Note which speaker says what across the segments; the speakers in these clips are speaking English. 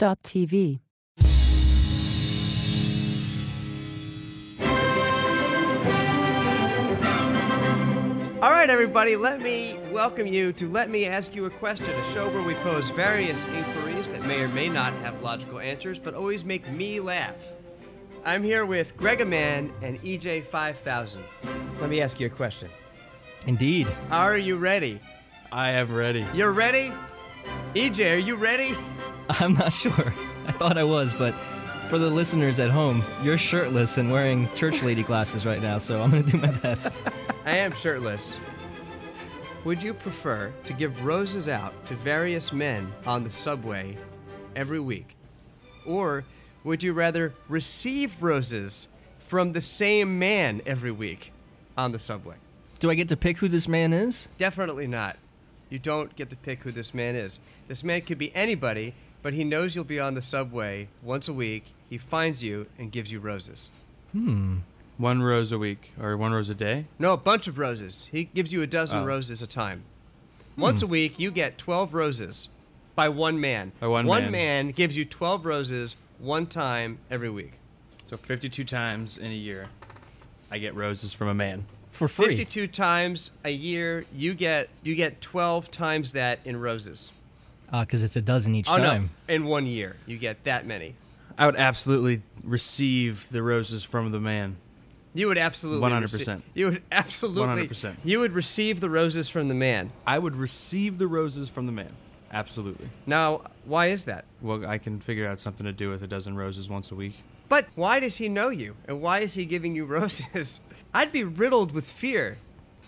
Speaker 1: Mood.tv.
Speaker 2: All right, everybody, let me welcome you to Let Me Ask You a Question, a show where we pose various inquiries that may or may not have logical answers, but always make me laugh. I'm here with Greg Aman and E EJ5000. Let me ask you a question.
Speaker 3: Indeed.
Speaker 2: Are you ready?
Speaker 3: I am ready.
Speaker 2: You're ready? EJ, are you ready?
Speaker 3: I'm not sure. I thought I was, but for the listeners at home, you're shirtless and wearing church lady glasses right now, so I'm going to do my best.
Speaker 2: I am shirtless. Would you prefer to give roses out to various men on the subway every week? Or would you rather receive roses from the same man every week on the subway?
Speaker 3: do I get to pick who this man is?
Speaker 2: Definitely not. You don't get to pick who this man is. This man could be anybody, but he knows you'll be on the subway once a week. He finds you and gives you roses.
Speaker 4: One rose a week or one rose a day?
Speaker 2: No, a bunch of roses. He gives you a dozen
Speaker 4: Oh.
Speaker 2: roses a time. Once a week, you get 12 roses by one man.
Speaker 4: By one
Speaker 2: one
Speaker 4: man.
Speaker 2: man gives you 12 roses one time every week.
Speaker 4: So 52 times in a year, I get roses from a man.
Speaker 3: For free.
Speaker 2: 52 times a year, you get you get 12 times that in roses.
Speaker 3: Because Ah, it's a dozen each
Speaker 2: oh
Speaker 3: time.
Speaker 2: no, in one year, you get that many.
Speaker 4: I would absolutely receive the roses from the man.
Speaker 2: You would absolutely
Speaker 4: 100%.
Speaker 2: rece- You would absolutely
Speaker 4: 100%.
Speaker 2: You would receive the roses from the man.
Speaker 4: I would receive the roses from the man. Absolutely.
Speaker 2: Now, why is that?
Speaker 4: Well, I can figure out something to do with a dozen roses once a week.
Speaker 2: But why does he know you? And why is he giving you roses? I'd be riddled with fear.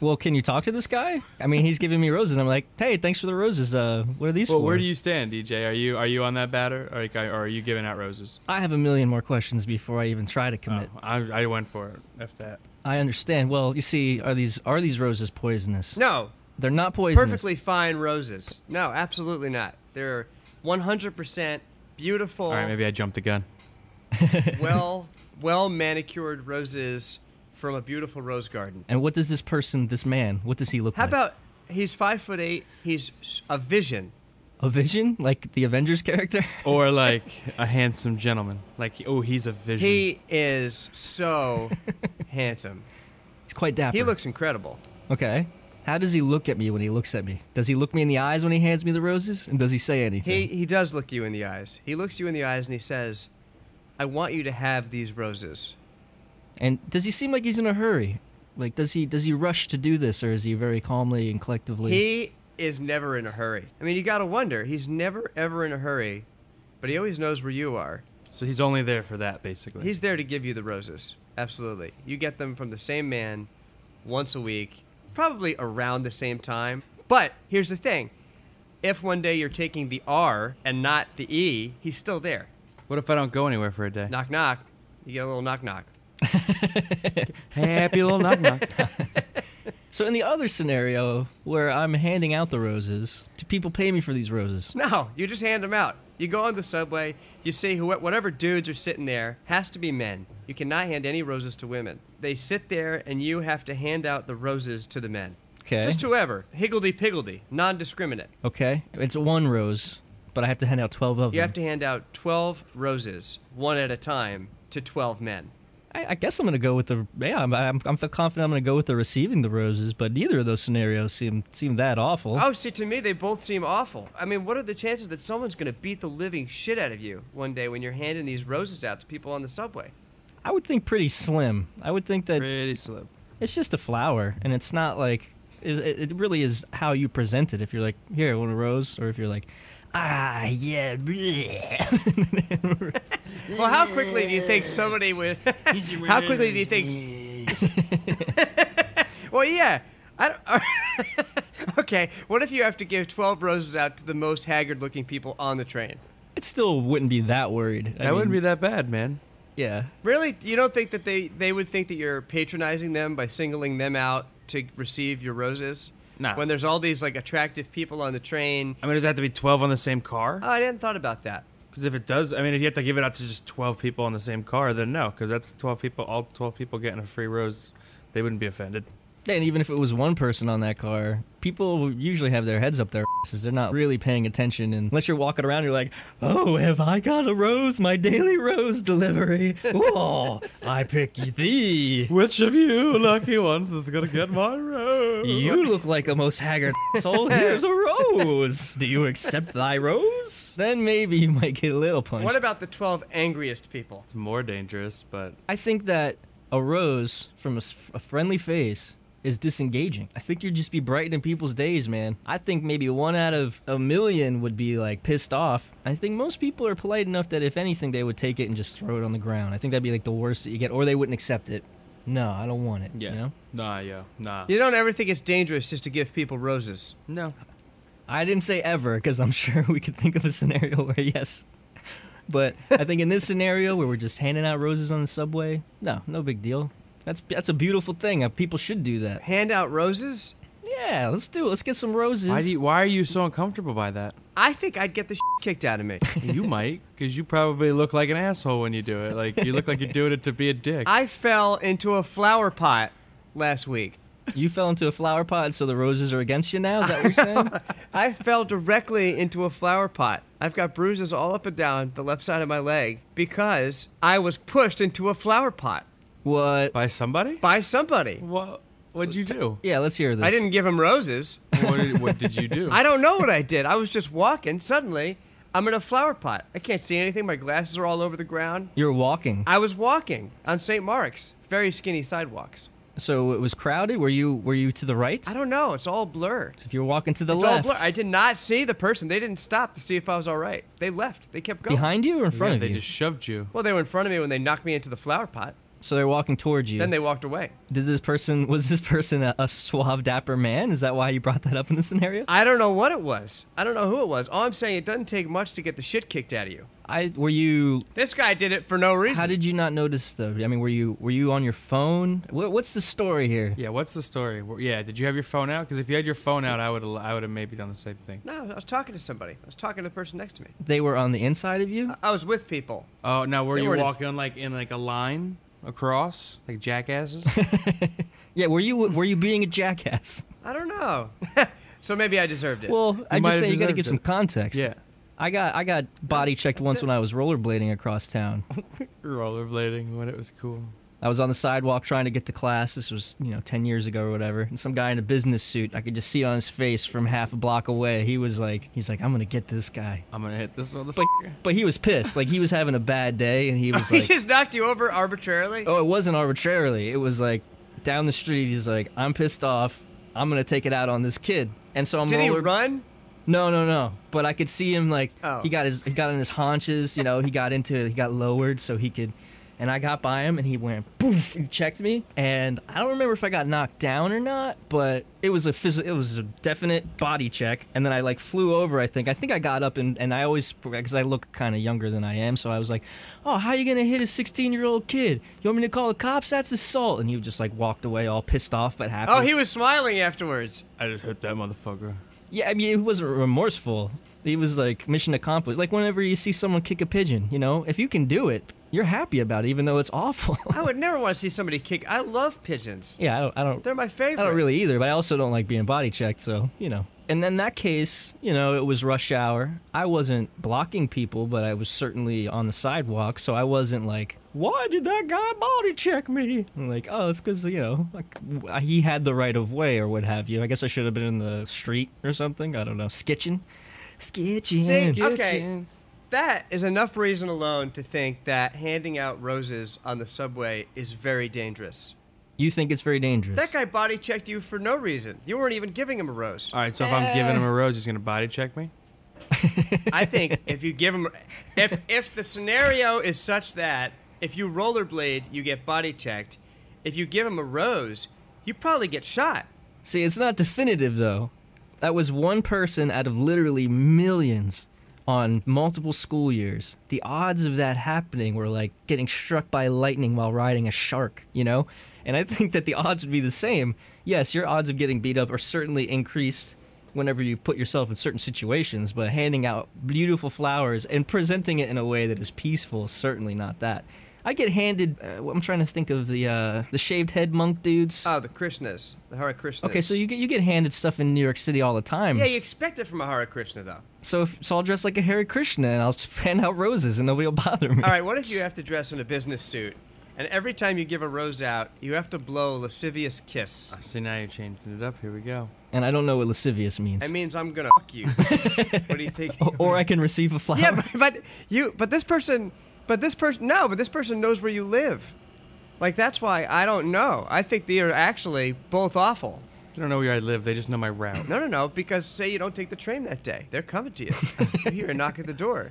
Speaker 3: Well, can you talk to this guy? I mean, he's giving me roses. I'm like, hey, thanks for the roses. Uh, what are these
Speaker 4: Well,
Speaker 3: for?
Speaker 4: where do you stand, DJ? Are you are you on that batter, or, like, are you giving out roses?
Speaker 3: I have a million more questions before I even try to
Speaker 4: Oh,
Speaker 3: commit.
Speaker 4: I, I went for it. F that.
Speaker 3: I understand. Well, you see, are these are these roses poisonous?
Speaker 2: No,
Speaker 3: They're not poisonous.
Speaker 2: perfectly fine roses. No, absolutely not. They're 100% beautiful,
Speaker 4: All right, maybe I jumped the gun.
Speaker 2: well, well manicured roses from a beautiful rose garden.
Speaker 3: And what does this person, this man, what does he look
Speaker 2: How
Speaker 3: like?
Speaker 2: about he's five foot eight. He's s- a vision.
Speaker 3: a vision, like the Avengers character?
Speaker 4: Or like a handsome gentleman. Like, oh, he's a vision.
Speaker 2: He is so handsome.
Speaker 3: He's quite dapper.
Speaker 2: He looks incredible.
Speaker 3: Okay. How does he look at me when he looks at me? Does he look me in the eyes when he hands me the roses? And does he say anything?
Speaker 2: He he does look you in the eyes. He looks you in the eyes and he says, "I want you to have these roses."
Speaker 3: and does he seem like he's in a hurry? Like does he does he rush to do this or is he very calmly and collectively
Speaker 2: He is never in a hurry. I mean, you got to wonder. He's never ever in a hurry, but he always knows where you are.
Speaker 4: so he's only there for that, basically.
Speaker 2: He's there to give you the roses. Absolutely. You get them from the same man once a week, probably around the same time. But here's the thing. If one day you're taking the R and not the E, he's still there.
Speaker 4: What if I don't go anywhere for a day?
Speaker 2: Knock knock. You get a little knock knock.
Speaker 4: Happy little knock knock.
Speaker 3: So in the other scenario where I'm handing out the roses, do people pay me for these roses?
Speaker 2: No, you just hand them out. You go on the subway, you see who, whatever dudes are sitting there has to be men. You cannot hand any roses to women. They sit there and you have to hand out the roses to the men.
Speaker 3: Okay.
Speaker 2: Just whoever. Higgledy piggledy, non discriminate.
Speaker 3: okay. It's one rose, but I have to hand out 12 of
Speaker 2: You
Speaker 3: them.
Speaker 2: have to hand out 12 roses, one at a time, to 12 men.
Speaker 3: I, I guess I'm going to go with the yeah, I'm I'm, I'm feel confident I'm going to go with the receiving the roses, but neither of those scenarios seem seem that awful.
Speaker 2: Oh, see, to me, they both seem awful. I mean, what are the chances that someone's going to beat the living shit out of you one day when you're handing these roses out to people on the subway?
Speaker 3: I would think pretty slim. I would think that
Speaker 4: Pretty slow.
Speaker 3: It's just a flower, and it's not like it, it it really is how you present it. If you're like, "Here, want a rose," or if you're like, "Ah, yeah," bleh."
Speaker 2: Well, how quickly do you think somebody would. how quickly do you think. well, yeah. I don't, okay, what if you have to give 12 roses out to the most haggard looking people on the train?
Speaker 3: it still wouldn't be that worried.
Speaker 4: That wouldn't be that bad, man.
Speaker 3: be. Yeah,
Speaker 2: Really? You don't think that they, they would think that you're patronizing them by singling them out to receive your roses?
Speaker 4: Nah.
Speaker 2: When there's all these like attractive people on the train.
Speaker 4: I mean, does it have to be 12 on the same car?
Speaker 2: Oh, I hadn't thought about that.
Speaker 4: Because if it does, I mean, if you have to give it out to just 12 people on the same car, then no, because that's 12 people, all 12 people getting a free rose. They wouldn't be offended.
Speaker 3: and even if it was one person on that car, people usually have their heads up their asses. They're not really paying attention. And unless you're walking around, you're like, oh, have I got a rose? My daily rose delivery. Oh, I pick thee.
Speaker 4: Which of you lucky ones is gonna get my rose?
Speaker 3: You look like a most haggard soul. Here's a rose. Do you accept thy rose? Then maybe you might get a little punch.
Speaker 2: What about the 12 angriest people?
Speaker 4: It's more dangerous, but
Speaker 3: I think that a rose from a, s- a friendly face is disengaging. I think you'd just be brightening people's days, man. I think maybe one out of a million would be like pissed off. I think most people are polite enough that if anything, they would take it and just throw it on the ground. I think that'd be like the worst that you get, or they wouldn't accept it. No, I don't want it.
Speaker 4: yeah,
Speaker 3: You know?
Speaker 4: nah, yeah, nah,
Speaker 2: You don't ever think it's dangerous just to give people roses.
Speaker 4: no.
Speaker 3: I didn't say ever because I'm sure we could think of a scenario where yes. But I think in this scenario where we're just handing out roses on the subway, no, no big deal. That's that's a beautiful thing. Uh, People should do that.
Speaker 2: Hand out roses?
Speaker 3: Yeah, let's do it. Let's get some roses.
Speaker 4: Why do you, why are you so uncomfortable by that?
Speaker 2: I think I'd get the shit kicked out of me.
Speaker 4: You might, because you probably look like an asshole when you do it. Like you look like you're doing it to be a dick.
Speaker 2: I fell into a flower pot last week.
Speaker 3: You fell into a flower pot, so the roses are against you now. Is that what you're saying?
Speaker 2: I fell directly into a flower pot. I've got bruises all up and down the left side of my leg because I was pushed into a flower pot
Speaker 3: what?
Speaker 4: by somebody?
Speaker 2: by somebody.
Speaker 4: What? What'd you do?
Speaker 3: Yeah, let's hear this.
Speaker 2: I didn't give him roses.
Speaker 4: What did, what did you do?
Speaker 2: I don't know what I did. I was just walking. Suddenly, I'm in a flower pot. I can't see anything. My glasses are all over the ground.
Speaker 3: You're walking,
Speaker 2: I was walking on St. Mark's, very skinny sidewalks.
Speaker 3: so it was crowded. Were you were you to the right?
Speaker 2: I don't know. It's all blurred.
Speaker 3: If you're walking to the
Speaker 2: It's all
Speaker 3: left,
Speaker 2: blurred. I did not see the person. They didn't stop to see if I was all right. They left. They kept going.
Speaker 3: behind you or in
Speaker 4: Yeah,
Speaker 3: front
Speaker 4: they
Speaker 3: of you?
Speaker 4: just shoved you.
Speaker 2: Well, they were in front of me when they knocked me into the flower pot.
Speaker 3: So they're walking towards you.
Speaker 2: Then they walked away.
Speaker 3: Did this person was this person a, a suave, dapper man? Is that why you brought that up in the scenario?
Speaker 2: I don't know what it was. I don't know who it was. All I'm saying, it doesn't take much to get the shit kicked out of you.
Speaker 3: I were you.
Speaker 2: This guy did it for no reason.
Speaker 3: How did you not notice though? I mean, were you were you on your phone? What, what's the story here?
Speaker 4: Yeah, what's the story? Wh- Yeah, did you have your phone out? Because if you had your phone out, I would I would have maybe done the same thing.
Speaker 2: No, I was talking to somebody. I was talking to the person next to me.
Speaker 3: They were on the inside of you.
Speaker 2: I- I was with people.
Speaker 4: Oh, now were
Speaker 2: They
Speaker 4: you
Speaker 2: weren't-
Speaker 4: walking like in like a line across like jackasses?
Speaker 3: Yeah, were you were you being a jackass?
Speaker 2: I don't know. so maybe I deserved it.
Speaker 3: Well, I
Speaker 4: might
Speaker 3: just
Speaker 4: have
Speaker 3: say you got to
Speaker 4: deserved
Speaker 3: give some
Speaker 4: it.
Speaker 3: context.
Speaker 4: yeah,
Speaker 3: I got I got body checked once
Speaker 2: it.
Speaker 3: when I was rollerblading across town.
Speaker 4: rollerblading when it was cool.
Speaker 3: I was on the sidewalk trying to get to class. This was, you know, 10 years ago or whatever. And some guy in a business suit, I could just see it on his face from half a block away. He was like, he's like, I'm going to get this guy.
Speaker 4: I'm gonna hit this
Speaker 3: But,
Speaker 4: motherfucker.
Speaker 3: but he was pissed. Like, he was having a bad day. And he was like,
Speaker 2: Oh, he just knocked you over arbitrarily.
Speaker 3: oh, it wasn't arbitrarily. It was like down the street. He's like, I'm pissed off. I'm going to take it out on this kid. And so I'm
Speaker 2: did he
Speaker 3: roller-
Speaker 2: run?
Speaker 3: No, no, no. But I could see him like
Speaker 2: Oh.
Speaker 3: he got his he got on his haunches, you know, he got into he got lowered so he could and I got by him and he went poof and checked me and I don't remember if I got knocked down or not, but it was a phys- it was a definite body check and then I like flew over I think. I think I got up and, and I always cuz I look kind of younger than I am, so I was like, "Oh, how you going to hit a 16-year-old kid? You want me to call the cops? That's assault." And he just like walked away all pissed off but happy.
Speaker 2: Oh, he was smiling afterwards.
Speaker 4: I just hit that motherfucker.
Speaker 3: Yeah, I mean, he wasn't remorseful. He was like mission accomplished. Like whenever you see someone kick a pigeon, you know, if you can do it, you're happy about it, even though it's awful.
Speaker 2: I would never want to see somebody kick. I love pigeons.
Speaker 3: yeah, I don't, I don't,
Speaker 2: They're my favorite.
Speaker 3: I don't really either. But I also don't like being body checked, so you know. And then that case, you know, it was rush hour. I wasn't blocking people, but I was certainly on the sidewalk, so I wasn't like, "Why did that guy body check me?" I'm like, "Oh, it's because you know, like w- he had the right of way or what have you." I guess I should have been in the street or something. I don't know, skitching. Skitching.
Speaker 2: See, okay. That is enough reason alone to think that handing out roses on the subway is very dangerous.
Speaker 3: You think it's very dangerous.
Speaker 2: That guy body checked you for no reason. You weren't even giving him a rose.
Speaker 4: All right, so if I'm giving him a rose, he's gonna body check me.
Speaker 2: I think if you give him, if if the scenario is such that if you rollerblade, you get body checked. If you give him a rose, you probably get shot.
Speaker 3: See, it's not definitive though. That was one person out of literally millions on multiple school years. The odds of that happening were like getting struck by lightning while riding a shark, you know? And I think that the odds would be the same. Yes, your odds of getting beat up are certainly increased whenever you put yourself in certain situations, but handing out beautiful flowers and presenting it in a way that is peaceful, certainly not that. I get handed. Uh, I'm trying to think of the uh, the shaved head monk dudes.
Speaker 2: Oh, the Krishnas, the Hare Krishnas.
Speaker 3: okay, so you get you get handed stuff in New York City all the time.
Speaker 2: yeah, you expect it from a Hare Krishna though.
Speaker 3: So if so, I'll dress like a Hare Krishna and I'll just fan out roses and nobody will bother me.
Speaker 2: All right, what if you have to dress in a business suit, and every time you give a rose out, you have to blow a lascivious kiss?
Speaker 4: I see now you're changing it up. Here we go.
Speaker 3: And I don't know what lascivious means.
Speaker 2: That means I'm gonna fuck you. what do you think?
Speaker 3: O- or I can receive a flower.
Speaker 2: yeah, but, but you, but this person, but this person, no, but this person knows where you live. Like that's why I don't know. I think they are actually both awful.
Speaker 4: They don't know where I live. They just know my route.
Speaker 2: No, no, no. Because say you don't take the train that day, they're coming to you. you hear a knock at the door.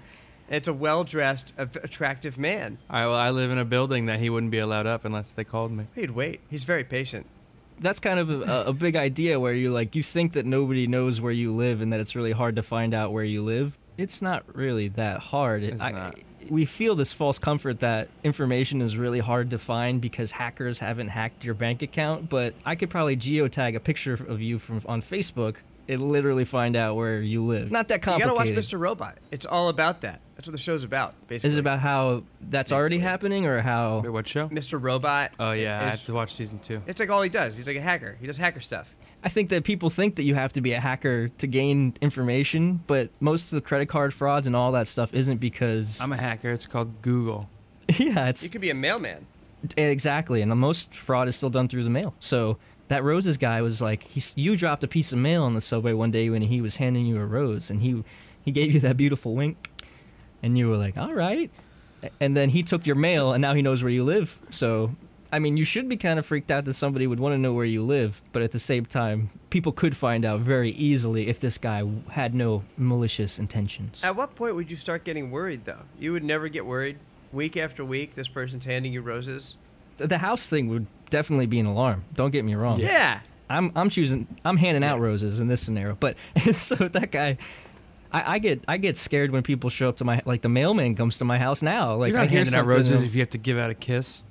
Speaker 2: And it's a well-dressed, a- attractive man.
Speaker 4: All right. Well, I live in a building that he wouldn't be allowed up unless they called me.
Speaker 2: He'd wait. He's very patient.
Speaker 3: That's kind of a, a big idea where you like you think that nobody knows where you live and that it's really hard to find out where you live. It's not really that hard.
Speaker 4: It's
Speaker 3: I-
Speaker 4: not.
Speaker 3: We feel this false comfort that information is really hard to find because hackers haven't hacked your bank account. But I could probably geotag a picture of you from on Facebook and literally find out where you live. Not that
Speaker 2: You gotta
Speaker 3: complicated.
Speaker 2: watch Mr. Robot. It's all about that. That's what the show's about, basically.
Speaker 3: Is it about how that's already happening or how?
Speaker 4: Wait, what show?
Speaker 2: Mr. Robot?
Speaker 4: Oh yeah, I
Speaker 2: It's-
Speaker 4: have to watch season two.
Speaker 2: It's like all he does. He's like a hacker. He does hacker stuff.
Speaker 3: I think that people think that you have to be a hacker to gain information, but most of the credit card frauds and all that stuff isn't because
Speaker 4: I'm a hacker. It's called Google.
Speaker 3: yeah, it's
Speaker 2: You could be a mailman.
Speaker 3: exactly, and the most fraud is still done through the mail. So that roses guy was like, he, you dropped a piece of mail on the subway one day when he was handing you a rose, and he he gave you that beautiful wink, and you were like, all right, A- and then he took your mail, and now he knows where you live. So. I mean, you should be kind of freaked out that somebody would want to know where you live, but at the same time, people could find out very easily if this guy w- had no malicious intentions.
Speaker 2: At what point would you start getting worried, though? You would never get worried. Week after week, this person's handing you roses.
Speaker 3: Th- The house thing would definitely be an alarm. Don't get me wrong.
Speaker 2: Yeah.
Speaker 3: I'm I'm choosing I'm handing out roses in this scenario. But so that guy I, I get I get scared when people show up to my like the mailman comes to my house now. Like
Speaker 4: You're not
Speaker 3: I hear
Speaker 4: handing out
Speaker 3: something and
Speaker 4: roses
Speaker 3: I'm-
Speaker 4: if you have to give out a kiss,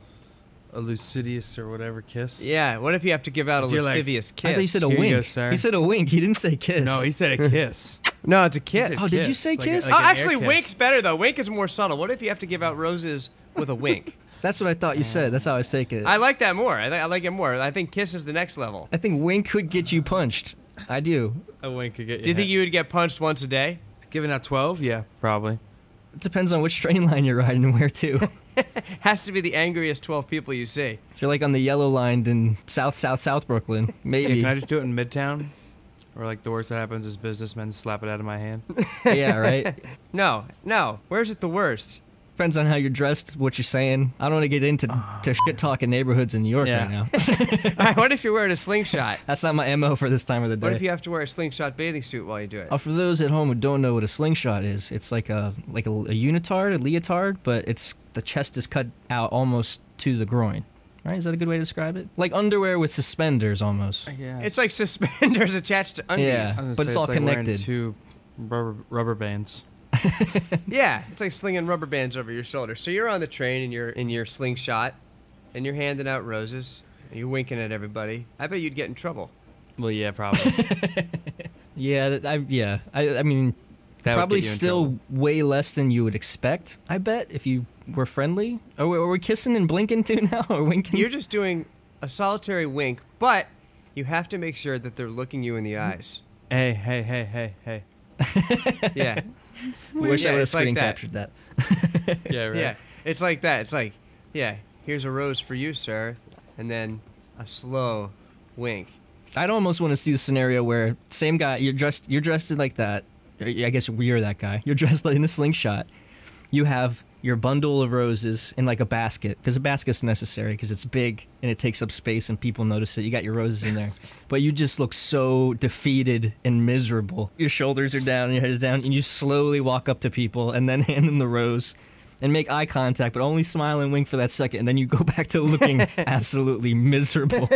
Speaker 4: a lucidius or whatever kiss.
Speaker 2: Yeah. What if you have to give out a
Speaker 4: If you're like-
Speaker 2: lascivious kiss?
Speaker 3: I thought he said a
Speaker 4: Here you
Speaker 3: wink.
Speaker 4: go, sir.
Speaker 3: he said a wink. He didn't say kiss.
Speaker 4: No, he said a kiss.
Speaker 2: no, it's a kiss.
Speaker 3: Oh,
Speaker 2: Oh,
Speaker 3: did you say kiss?
Speaker 2: oh,
Speaker 4: an air
Speaker 2: actually,
Speaker 4: kiss.
Speaker 2: wink's better, though. Wink is more subtle. What if you have to give out roses with a wink?
Speaker 3: That's what I thought you said. That's how I was taking it.
Speaker 2: I
Speaker 4: Uh,
Speaker 3: I,
Speaker 2: like that more. I, li- I like it more. I think kiss is the next level.
Speaker 3: think wink could get you punched. I do.
Speaker 4: A wink could get you.
Speaker 2: Do you think you would get punched once a day?
Speaker 4: giving out twelve? Yeah, probably.
Speaker 3: It depends on which train line you're riding and where to.
Speaker 2: Has to be the angriest 12 people you see.
Speaker 3: if you're like on the yellow line in South South South Brooklyn,
Speaker 4: Yeah,
Speaker 3: maybe.
Speaker 4: can I just do it in Midtown? Or like the worst that happens is businessmen slap it out of my hand.
Speaker 3: yeah, right.
Speaker 2: No, no. Where's it the worst?
Speaker 3: Depends on how you're dressed, what you're saying. I don't want to get into to shit talking neighborhoods in New York right
Speaker 4: Uh. Yeah.
Speaker 3: now.
Speaker 2: All right, what if you're wearing a slingshot?
Speaker 3: That's not my MO for this time of the day.
Speaker 2: What if you have to wear a slingshot bathing suit while you do it?
Speaker 3: Oh, for those at home who don't know what a slingshot is, it's like a like a, a unitard, a leotard, but it's the chest is cut out almost to the groin. Right? Is that a good way to describe it? Like underwear with suspenders almost.
Speaker 4: Yeah.
Speaker 2: It's like suspenders attached to undies.
Speaker 3: Yeah.
Speaker 2: Yeah,
Speaker 4: I was gonna
Speaker 3: but
Speaker 4: say,
Speaker 3: it's all
Speaker 4: like wearing
Speaker 3: connected.
Speaker 4: Two rubber rubber bands.
Speaker 2: it's like slinging rubber bands over your shoulder. So you're on the train and you're in your slingshot, and you're handing out roses, and you're winking at everybody. I bet you'd get in trouble.
Speaker 4: Well, yeah, probably.
Speaker 3: Yeah, that- I, yeah. I, I mean,
Speaker 4: That would
Speaker 3: probably
Speaker 4: get you in
Speaker 3: still
Speaker 4: trouble.
Speaker 3: way less than you would expect. I bet if you were friendly. Are we, are we kissing and blinking too now, or winking?
Speaker 2: You're just doing a solitary wink, but you have to make sure that they're looking you in the eyes.
Speaker 4: hey, hey, hey, hey, hey.
Speaker 2: Yeah,
Speaker 3: Wish
Speaker 2: Yeah,
Speaker 3: I would have
Speaker 2: it's like
Speaker 3: screen
Speaker 2: that.
Speaker 3: captured that.
Speaker 4: Yeah, right.
Speaker 2: yeah. It's like that. It's like, yeah, here's a rose for you, sir, and then a slow wink.
Speaker 3: I'd almost want to see the scenario where same guy you're dressed you're dressed in like that. I guess you're that guy. You're dressed like in a slingshot. You have your bundle of roses in like a basket because a basket's necessary because it's big and it takes up space and people notice it. You got your roses in there, but you just look so defeated and miserable. Your shoulders are down, and your head is down, and you slowly walk up to people and then hand them the rose. And make eye contact, but only smile and wink for that second, and then you go back to looking absolutely miserable.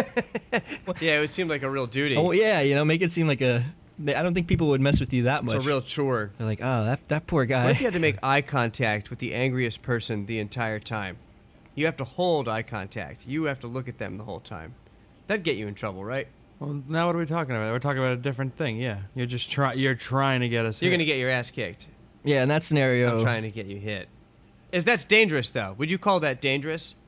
Speaker 2: Yeah, it would seem like a real duty.
Speaker 3: Oh yeah, you know, make it seem like a. they- I don't think people would mess with you that
Speaker 2: it's
Speaker 3: much.
Speaker 2: a real chore.
Speaker 3: They're like, oh, that that poor
Speaker 2: What if you
Speaker 3: guy.
Speaker 2: had to make eye contact with the angriest person the entire time? You have to hold eye contact. You have to look at them the whole time. That'd get you in trouble, right?
Speaker 4: Well, now what are we talking about? We're talking about a different thing. Yeah, you're just try. You're trying to get us.
Speaker 2: You're
Speaker 4: hit.
Speaker 2: gonna get your ass kicked.
Speaker 3: Yeah, in that scenario,
Speaker 2: I'm trying to get you hit. Is that's dangerous though? Would you call that dangerous?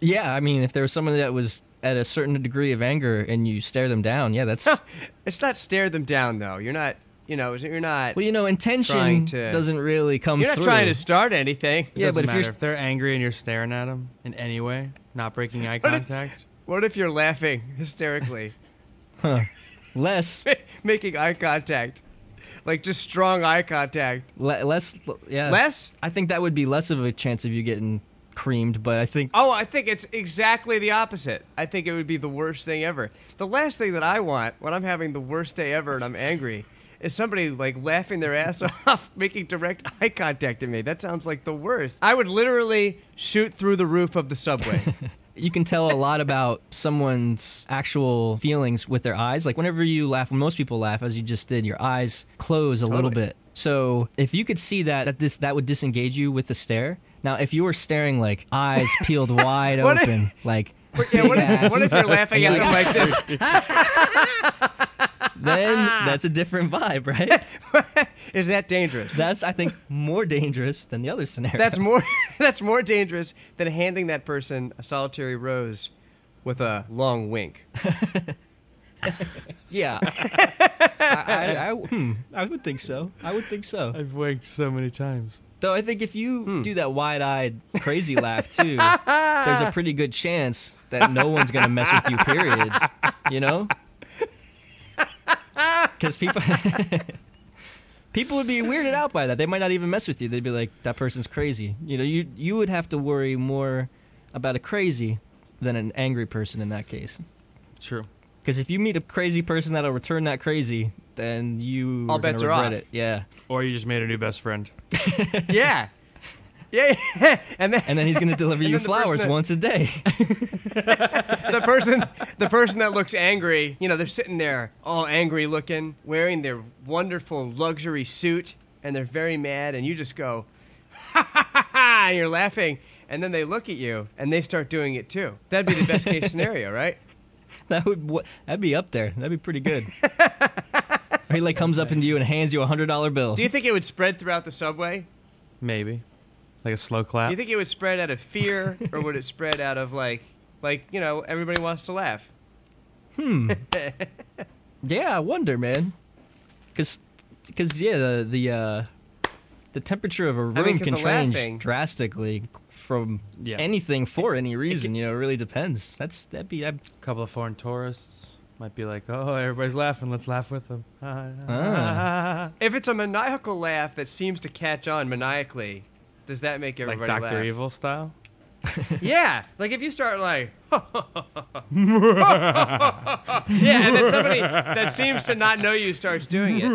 Speaker 3: Yeah, I mean, if there was someone that was at a certain degree of anger and you stare them down, yeah, that's well,
Speaker 2: It's not stare them down though. You're not. You know. You're not.
Speaker 3: you know, intention
Speaker 2: Trying to-
Speaker 3: doesn't really come
Speaker 2: You're not
Speaker 3: through.
Speaker 2: trying to start anything.
Speaker 3: Yeah,
Speaker 4: Doesn't
Speaker 3: but if
Speaker 4: matter.
Speaker 3: you're-
Speaker 4: if they're angry and you're staring at them in any way, not breaking eye
Speaker 2: What if-
Speaker 4: contact,
Speaker 2: What if you're laughing hysterically,
Speaker 3: less,
Speaker 2: making eye contact, like just strong eye contact?
Speaker 3: le- less, yeah,
Speaker 2: Less?
Speaker 3: I think that would be less of a chance of you getting creamed, but I think
Speaker 2: Oh, I think it's exactly the opposite. I think it would be the worst thing ever. The last thing that I want when I'm having the worst day ever and I'm angry is somebody like laughing their ass off, making direct eye contact at me. That sounds like the worst. I would literally shoot through the roof of the subway.
Speaker 3: you can tell a lot about someone's actual feelings with their eyes. Like whenever you laugh, when most people laugh, as you just did, your eyes close a little
Speaker 2: Totally.
Speaker 3: bit. So if you could see that, that this that would disengage you with the stare. Now, if you were staring like eyes peeled wide
Speaker 2: What if-
Speaker 3: open, like
Speaker 2: yeah, what if,
Speaker 3: big ass,
Speaker 2: what if you're laughing at them like this?
Speaker 3: then that's a different vibe, right?
Speaker 2: Is that dangerous?
Speaker 3: That's I think more dangerous than the other scenario.
Speaker 2: That's more that's more dangerous than handing that person a solitary rose with a long wink.
Speaker 3: yeah. I, I, I, hmm, I would think so. I would think so.
Speaker 4: I've waked so many times.
Speaker 3: Though I think if you
Speaker 2: Hmm.
Speaker 3: do that wide-eyed crazy laugh too, there's a pretty good chance that no one's gonna mess with you. Period. You know, because people people would be weirded out by that. They might not even mess with you. They'd be like, "That person's crazy." You know, you you would have to worry more about a crazy than an angry person in that case.
Speaker 4: True.
Speaker 3: Because if you meet a crazy person that'll return that crazy, then you
Speaker 2: All
Speaker 3: are gonna
Speaker 2: bets are
Speaker 3: regret
Speaker 2: off.
Speaker 3: it. Yeah,
Speaker 4: Or you just made a new best friend.
Speaker 2: Yeah. Yeah, yeah. and then
Speaker 3: and then he's gonna deliver
Speaker 2: And
Speaker 3: you
Speaker 2: then the person
Speaker 3: flowers
Speaker 2: that-
Speaker 3: once a day.
Speaker 2: the person the person that looks angry you know they're sitting there all angry looking wearing their wonderful luxury suit and they're very mad and you just go ha ha ha ha and you're laughing and then they look at you and they start doing it too that'd be the best case scenario right
Speaker 3: That would wa- that'd be up there. That'd be pretty good. or he like comes up into you and hands you a hundred dollar bill.
Speaker 2: do you think it would spread throughout the subway
Speaker 4: Maybe. Like a slow
Speaker 2: do
Speaker 4: clap.
Speaker 2: you think it would spread out of fear or would it spread out of like like you know everybody wants to laugh
Speaker 3: yeah, I wonder, man. Because yeah, the the uh, the temperature of a room
Speaker 2: 'cause
Speaker 3: can
Speaker 2: the
Speaker 3: change
Speaker 2: laughing-
Speaker 3: drastically from
Speaker 4: Yeah.
Speaker 3: anything for any reason. You know, it really depends. That's that'd be. I'd,
Speaker 4: a couple of foreign tourists might be like, oh, everybody's laughing. Let's laugh with them.
Speaker 3: Ah.
Speaker 2: if it's a maniacal laugh that seems to catch on maniacally does that make
Speaker 4: like
Speaker 2: everybody
Speaker 4: Dr.
Speaker 2: laugh?
Speaker 4: Evil style.
Speaker 2: Yeah, like if you start like, yeah, and then somebody that seems to not know you starts doing it.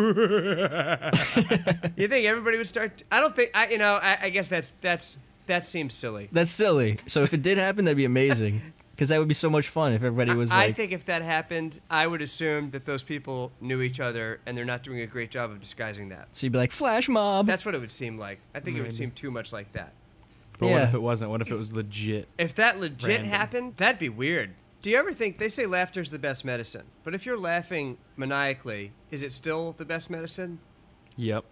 Speaker 2: you think everybody would start? I don't think I. You know, I, I guess that's that's that seems silly.
Speaker 3: that's silly. So if it did happen, that'd be amazing. Because that would be so much fun if everybody was
Speaker 2: I
Speaker 3: like,
Speaker 2: think if that happened, I would assume that those people knew each other and they're not doing a great job of disguising that.
Speaker 3: so you'd be like, flash mob.
Speaker 2: That's what it would seem like. I think it would
Speaker 4: Maybe.
Speaker 2: seem too much like that.
Speaker 4: But what
Speaker 3: Yeah.
Speaker 4: if it wasn't? What if it was legit?
Speaker 2: If that legit
Speaker 4: Random.
Speaker 2: happened, that'd be weird. Do you ever think they say laughter's the best medicine? But if you're laughing maniacally, is it still the best medicine?
Speaker 4: Yep.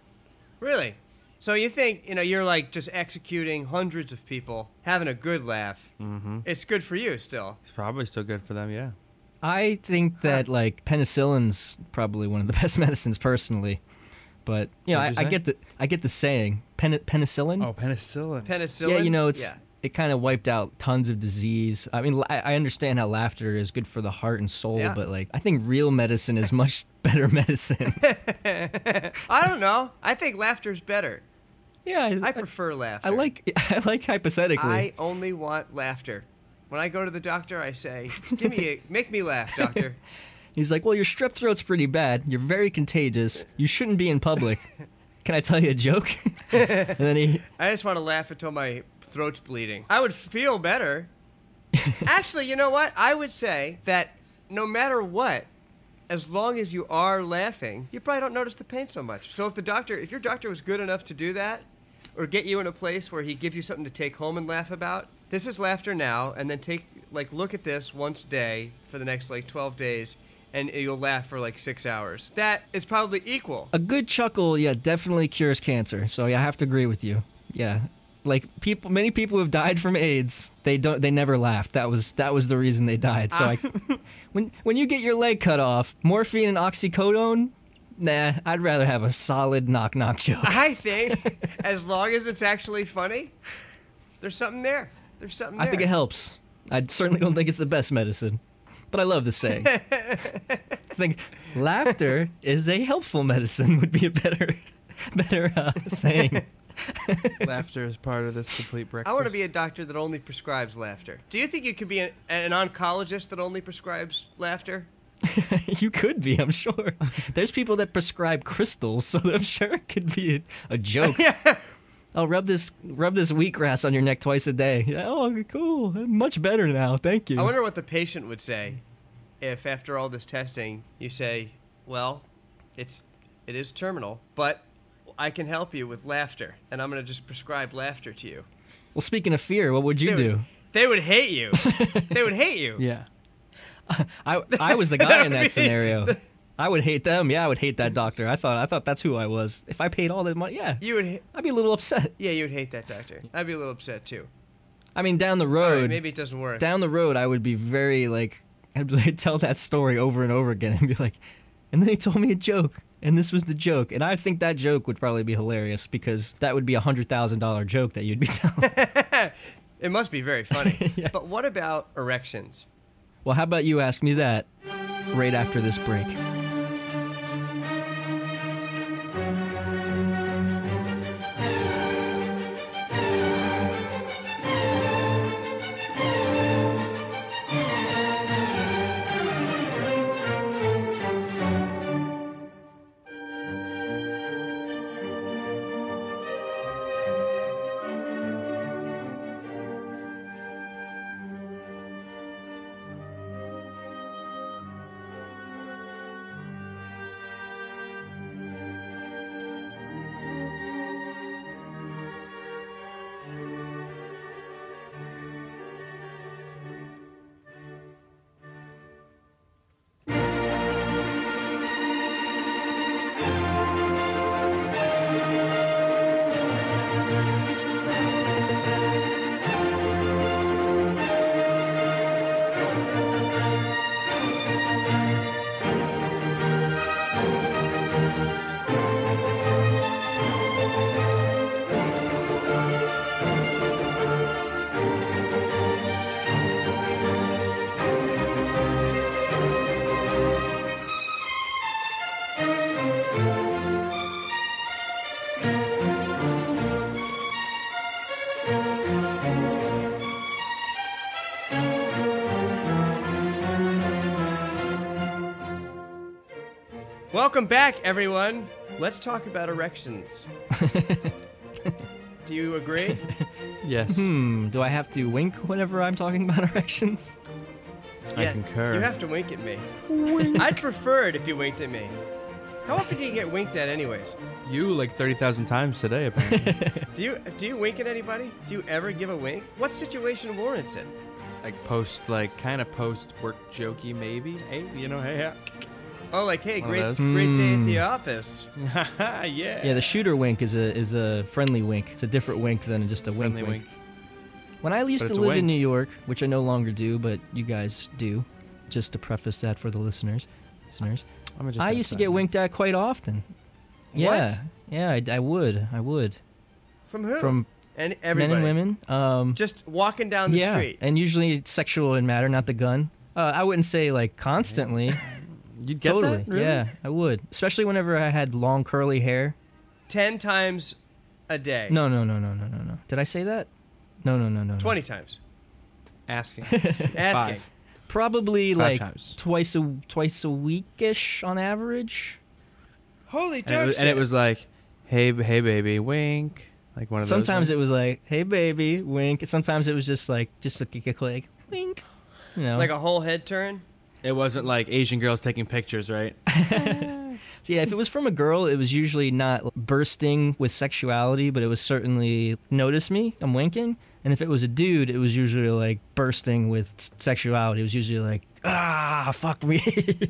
Speaker 2: Really? So you think, you know, you're like just executing hundreds of people, having a good laugh.
Speaker 4: Mm-hmm.
Speaker 2: It's good for you still.
Speaker 4: It's probably still good for them. Yeah.
Speaker 3: I think that like penicillin's probably one of the best medicines personally, but you know I,
Speaker 4: What'd you
Speaker 3: I
Speaker 4: say?
Speaker 3: get the I get the saying Pen- penicillin.
Speaker 4: Oh, penicillin.
Speaker 2: Penicillin.
Speaker 3: yeah, you know it's
Speaker 2: Yeah.
Speaker 3: it kind of wiped out tons of disease. I mean, I, I understand how laughter is good for the heart and soul,
Speaker 2: Yeah.
Speaker 3: but like I think real medicine is much better medicine.
Speaker 2: I don't know. I think laughter's better.
Speaker 3: yeah, I,
Speaker 2: I
Speaker 3: I,
Speaker 2: prefer laughter.
Speaker 3: I like I like hypothetically.
Speaker 2: I only want laughter. When I go to the doctor, I say, "Give me a make me laugh, doctor."
Speaker 3: He's like, well, your strep throat's pretty bad. You're very contagious. You shouldn't be in public. Can I tell you a joke? and then he
Speaker 2: I just want to laugh until my throat's bleeding. I would feel better. Actually, you know what? I would say that no matter what, as long as you are laughing, you probably don't notice the pain so much. So if the doctor, if your doctor was good enough to do that, or get you in a place where he gives you something to take home and laugh about, this is laughter now, and then take like look at this once a day for the next like 12 days, and you'll laugh for like six hours. That is probably equal.
Speaker 3: a good chuckle, yeah, definitely cures cancer. So yeah, I have to agree with you. Yeah, Like people, many people who have died from AIDS, they don't, they never laughed. That was that was the reason they died. So, I, when when you get your leg cut off, morphine and oxycodone, nah, I'd rather have a solid knock knock joke.
Speaker 2: I think as long as it's actually funny, there's something there. There's something
Speaker 3: I
Speaker 2: there.
Speaker 3: think it helps. I certainly don't think it's the best medicine, but I love the saying. I think laughter is a helpful medicine would be a better, better uh, saying.
Speaker 4: Laughter is part of this complete breakfast.
Speaker 2: I want to be a doctor that only prescribes laughter. Do you think you could be an, an oncologist that only prescribes laughter?
Speaker 3: you could be, I'm sure. There's people that prescribe crystals, so I'm sure it could be a, a joke. Oh, rub this rub this wheatgrass on your neck twice a day. Yeah, Oh, cool. Much better now. Thank you.
Speaker 2: I wonder what the patient would say if, after all this testing, you say, "Well, it's it is terminal, but I can help you with laughter, and I'm going to just prescribe laughter to you."
Speaker 3: well, speaking of fear, what would you
Speaker 2: They
Speaker 3: do?
Speaker 2: Would, they would hate you. they would hate you.
Speaker 4: Yeah.
Speaker 3: I I was the guy in
Speaker 2: I mean,
Speaker 3: that scenario. I would hate them. Yeah, I would hate that doctor. I thought I thought that's who I was. If I paid all that money, yeah,
Speaker 2: You would. ha-
Speaker 3: I'd be a little upset.
Speaker 2: Yeah, you would hate that doctor. I'd be a little upset too.
Speaker 3: I mean, down the
Speaker 2: All
Speaker 3: road,
Speaker 2: right, maybe it doesn't work.
Speaker 3: down the road, I would be very like I'd like, tell that story over and over again and be like, and then he told me a joke, and this was the joke, and I think that joke would probably be hilarious because that would be a hundred thousand dollar joke that you'd be telling.
Speaker 2: it must be very funny.
Speaker 3: Yeah.
Speaker 2: But what about erections?
Speaker 3: well, how about you ask me that right after this break?
Speaker 2: Welcome back, everyone. Let's talk about erections. Do you agree?
Speaker 4: Yes.
Speaker 3: Hmm. Do I have to wink whenever I'm talking about erections?
Speaker 4: I concur.
Speaker 2: You have to wink at me. I'd prefer it if you winked at me. How often do you get winked at, anyways?
Speaker 4: You like 30,000 times today, apparently.
Speaker 2: Do you do you wink at anybody? Do you ever give a wink? What situation warrants it?
Speaker 4: like post, like kind of post work jokey, maybe. Hey, you know, hey,
Speaker 2: Oh, like hey,
Speaker 4: One of
Speaker 2: great
Speaker 4: those.
Speaker 2: great day at
Speaker 3: Hmm.
Speaker 2: the office.
Speaker 4: yeah. yeah.
Speaker 3: Yeah, the shooter wink is a is a friendly wink. It's a different wink than just a wink,
Speaker 4: Friendly
Speaker 3: wink.
Speaker 4: wink.
Speaker 3: When I used
Speaker 4: But
Speaker 3: to
Speaker 4: it's a
Speaker 3: live in
Speaker 4: wink.
Speaker 3: New York, which I no longer do, but you guys do, just to preface that for the listeners, listeners,
Speaker 4: I'm just
Speaker 3: I used to
Speaker 4: outside.
Speaker 3: get winked at quite often. Yeah,
Speaker 2: What?
Speaker 3: yeah, I, I would, I would
Speaker 2: From who?
Speaker 3: from
Speaker 2: and everybody.
Speaker 3: men and women. Um,
Speaker 2: Just walking down the
Speaker 3: yeah,
Speaker 2: street.
Speaker 3: and usually sexual in matter, not the gun. Uh, I wouldn't say like constantly.
Speaker 4: You'd get
Speaker 3: totally,
Speaker 4: that? Really?
Speaker 3: yeah, I would, especially whenever I had long curly hair.
Speaker 2: Ten times a day.
Speaker 3: No, no, no, no, no, no, no. Did I say that? No, no, no, no. no.
Speaker 2: Twenty times.
Speaker 4: Asking.
Speaker 2: Asking.
Speaker 4: Five.
Speaker 3: Probably
Speaker 4: Five
Speaker 3: like
Speaker 4: times.
Speaker 3: twice a twice a weekish on average.
Speaker 2: Holy
Speaker 4: And it,
Speaker 2: dog
Speaker 4: was, and it
Speaker 2: shit.
Speaker 4: was like, hey, b- hey, baby, wink. Like one of those.
Speaker 3: Sometimes it
Speaker 4: ones.
Speaker 3: was like, "Hey, baby, wink." Sometimes it was just like, just like a like, wink. You know,
Speaker 2: like a whole head turn.
Speaker 4: It wasn't like Asian girls taking pictures, right?
Speaker 3: So, yeah. If it was from a girl, it was usually not bursting with sexuality, but it was certainly notice me, I'm winking. And if it was a dude, it was usually like bursting with s- sexuality. It was usually like, ah, fuck me.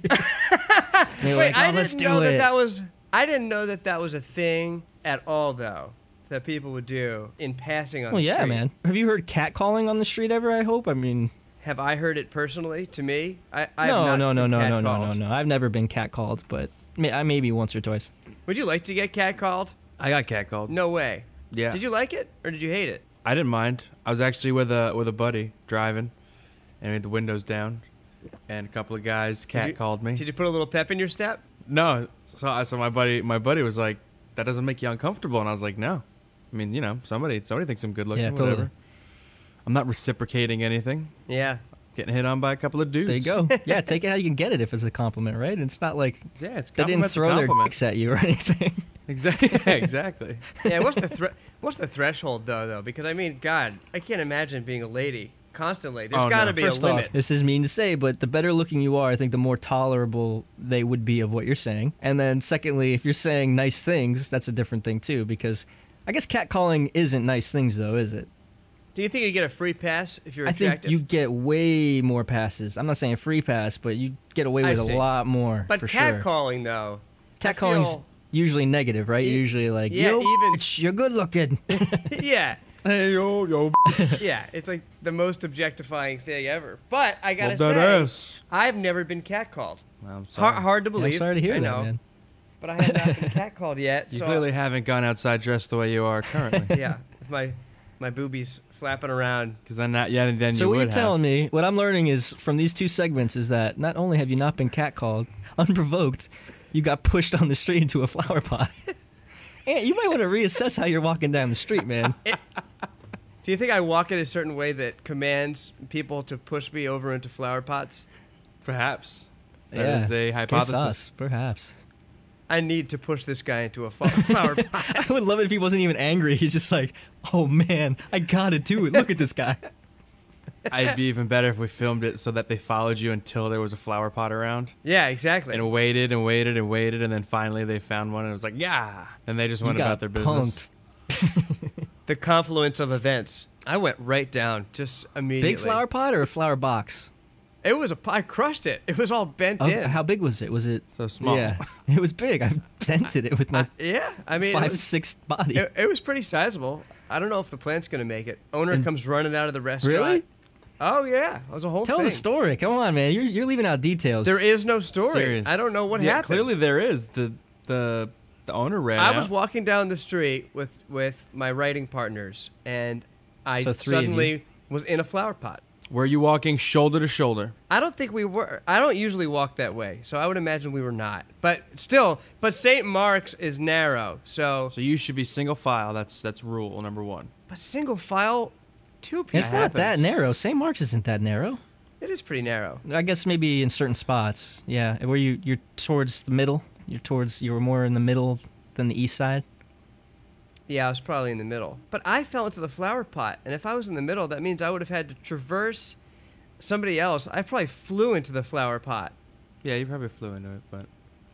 Speaker 3: They were
Speaker 2: Wait,
Speaker 3: like,
Speaker 2: I
Speaker 3: "Oh, let's
Speaker 2: didn't
Speaker 3: do
Speaker 2: know
Speaker 3: it."
Speaker 2: that that was. I didn't know that that was a thing at all, though. that people would do in passing on
Speaker 3: Well,
Speaker 2: the
Speaker 3: yeah,
Speaker 2: street.
Speaker 3: man. Have you heard catcalling on the street ever? I hope. I mean,
Speaker 2: Have I heard it personally to me? I, I have
Speaker 3: no,
Speaker 2: not
Speaker 3: no, no,
Speaker 2: been
Speaker 3: no, no, no, no,
Speaker 2: catcalled.
Speaker 3: no. I've never been catcalled, but may, I maybe once or twice.
Speaker 2: Would you like to get catcalled?
Speaker 4: I got catcalled.
Speaker 2: No way.
Speaker 4: Yeah.
Speaker 2: Did you like it or did you hate it?
Speaker 4: I didn't mind. I was actually with a with a buddy driving, and we had the windows down, and a couple of guys
Speaker 2: Did
Speaker 4: cat
Speaker 2: you-
Speaker 4: called me.
Speaker 2: Did you put a little pep in your step?
Speaker 4: no, so I, so my buddy my buddy was like, "That doesn't make you uncomfortable," and I was like, "No." I mean, you know, somebody somebody thinks I'm good looking.
Speaker 3: Yeah,
Speaker 4: whatever.
Speaker 3: totally.
Speaker 4: I'm not reciprocating anything.
Speaker 2: Yeah.
Speaker 4: Getting hit on by a couple of dudes.
Speaker 3: There you go. Yeah, take it how you can get it if it's a compliment, right? It's not like
Speaker 4: Yeah, it's
Speaker 3: they didn't
Speaker 4: compliments are
Speaker 3: throw their
Speaker 4: compliments.
Speaker 3: dicks at you or anything.
Speaker 4: Exactly. Yeah, exactly.
Speaker 2: Yeah. What's the thre- what's the threshold though though? Because I mean, God, I can't imagine being a lady constantly. There's
Speaker 4: Oh, no.
Speaker 2: got to be
Speaker 3: First
Speaker 2: a
Speaker 3: off,
Speaker 2: limit.
Speaker 3: this is mean to say, but the better looking you are, I think the more tolerable they would be of what you're saying. And then, secondly, if you're saying nice things, that's a different thing too, because I guess catcalling isn't nice things, though, is it?
Speaker 2: Do you think you get a free pass if you're
Speaker 3: I think
Speaker 2: attractive?
Speaker 3: you get way more passes. I'm not saying a free pass, but you get away
Speaker 2: I
Speaker 3: with
Speaker 2: see.
Speaker 3: a lot more.
Speaker 2: but
Speaker 3: for sure.
Speaker 2: catcalling though. I
Speaker 3: catcalling's
Speaker 2: feel-
Speaker 3: usually negative, right?
Speaker 2: E-
Speaker 3: usually like,
Speaker 2: yeah,
Speaker 3: yo,
Speaker 2: even-
Speaker 3: bitch, you're good looking.
Speaker 2: yeah.
Speaker 4: Hey yo yo.
Speaker 2: Yeah. It's like the most objectifying thing ever. But I gotta
Speaker 4: Hold that
Speaker 2: say,
Speaker 4: ass.
Speaker 2: I've never been catcalled.
Speaker 4: I'm sorry.
Speaker 2: Hard, hard to believe.
Speaker 3: I'm sorry to hear
Speaker 2: I
Speaker 3: that,
Speaker 2: know,
Speaker 3: man.
Speaker 2: But I have not been catcalled yet.
Speaker 4: You
Speaker 2: so
Speaker 4: clearly haven't gone outside dressed the way you are currently.
Speaker 2: yeah, with my my boobies flapping around.
Speaker 4: Because then, that, yeah, then
Speaker 3: So
Speaker 4: you
Speaker 3: what
Speaker 4: would
Speaker 3: you're
Speaker 4: have.
Speaker 3: telling me, what I'm learning is from these two segments is that not only have you not been catcalled, unprovoked, you got pushed on the street into a flower pot. and you might want to reassess how you're walking down the street, man.
Speaker 2: Do you think I walk in a certain way that commands people to push me over into flower pots?
Speaker 4: Perhaps. That
Speaker 3: yeah.
Speaker 4: is a
Speaker 3: Guess
Speaker 4: hypothesis.
Speaker 3: us, perhaps.
Speaker 2: I need to push this guy into a fo- flower pot.
Speaker 3: I would love it if he wasn't even angry. He's just like, "Oh man, I got to do it. Look at this guy."
Speaker 4: I'd be even better if we filmed it so that they followed you until there was a flower pot around
Speaker 2: Yeah, exactly.
Speaker 4: and waited and waited and waited and then finally they found one and it was like, yeah. And they just
Speaker 3: You
Speaker 4: went
Speaker 3: got
Speaker 4: about their business.
Speaker 3: punked.
Speaker 2: the confluence of events. I went right down just immediately.
Speaker 3: Big flower pot or a flower box?
Speaker 2: It was a. p- I crushed it. It was all bent
Speaker 3: Oh,
Speaker 2: in.
Speaker 3: how big was it? Was it
Speaker 4: So small.
Speaker 3: Yeah, it was big. I dented it with my
Speaker 2: yeah, I mean, it
Speaker 3: five
Speaker 2: was,
Speaker 3: six body.
Speaker 2: it, it was pretty sizable. I don't know if the plant's gonna make it. Owner
Speaker 3: And-
Speaker 2: comes running out of the restaurant.
Speaker 3: Really?
Speaker 2: Oh yeah, it was a whole
Speaker 3: Tell
Speaker 2: thing.
Speaker 3: the story. Come on, man. You're, you're leaving out details.
Speaker 2: There is no story.
Speaker 4: Serious.
Speaker 2: I don't know what
Speaker 4: yeah,
Speaker 2: happened.
Speaker 4: Clearly there is. The the the owner ran
Speaker 2: I
Speaker 4: out.
Speaker 2: was walking down the street with with my writing partners, and I
Speaker 3: So three of you.
Speaker 2: suddenly was in a flower pot.
Speaker 4: Were you walking shoulder to shoulder?
Speaker 2: I don't think we were. I don't usually walk that way, so I would imagine we were not. But still, but St. Mark's is narrow, so
Speaker 4: So you should be single file. That's that's rule number one.
Speaker 2: but single file, two people.
Speaker 3: It's not that
Speaker 4: happens.
Speaker 3: narrow. St. Mark's isn't that narrow.
Speaker 2: It is pretty narrow.
Speaker 3: I guess maybe in certain spots. Yeah, where you you're towards the middle. You're towards you were more in the middle than the east side.
Speaker 2: Yeah, I was probably in the middle, but I fell into the flower pot, and if I was in the middle, that means I would have had to traverse somebody else. I probably flew into the flower pot
Speaker 4: Yeah, you probably flew into it, but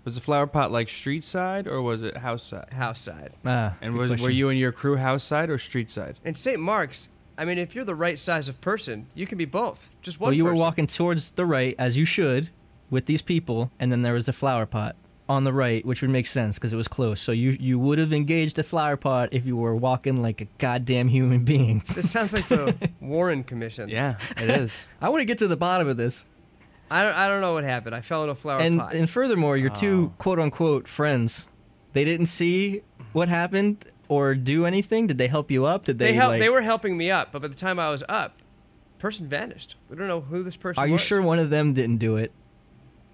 Speaker 4: was the flower pot like street side or was it house side?
Speaker 2: house side.
Speaker 3: Ah,
Speaker 4: And
Speaker 3: good
Speaker 4: was, were
Speaker 3: question.
Speaker 4: you and your crew house side or street side?
Speaker 2: And St. Mark's, I mean, if you're the right size of person, you can be both. Just one.
Speaker 3: Well, you were
Speaker 2: person.
Speaker 3: walking towards the right as you should with these people, and then there was the flower pot on the right, which would make sense because it was close. So you you would have engaged the flower pot if you were walking like a goddamn human being.
Speaker 2: This sounds like the Warren Commission.
Speaker 4: Yeah, it is.
Speaker 3: I want to get to the bottom of this.
Speaker 2: I don't, I don't know what happened. I fell in a flower
Speaker 3: and
Speaker 2: pot. Oh.
Speaker 3: and furthermore, your two quote unquote friends, they didn't see what happened or do anything. Did they help you up? Did
Speaker 2: they
Speaker 3: they?
Speaker 2: help,
Speaker 3: like-
Speaker 2: They were helping me up, but by the time I was up, person vanished. We don't know who this person.
Speaker 3: Are you
Speaker 2: was.
Speaker 3: sure one of them didn't do it?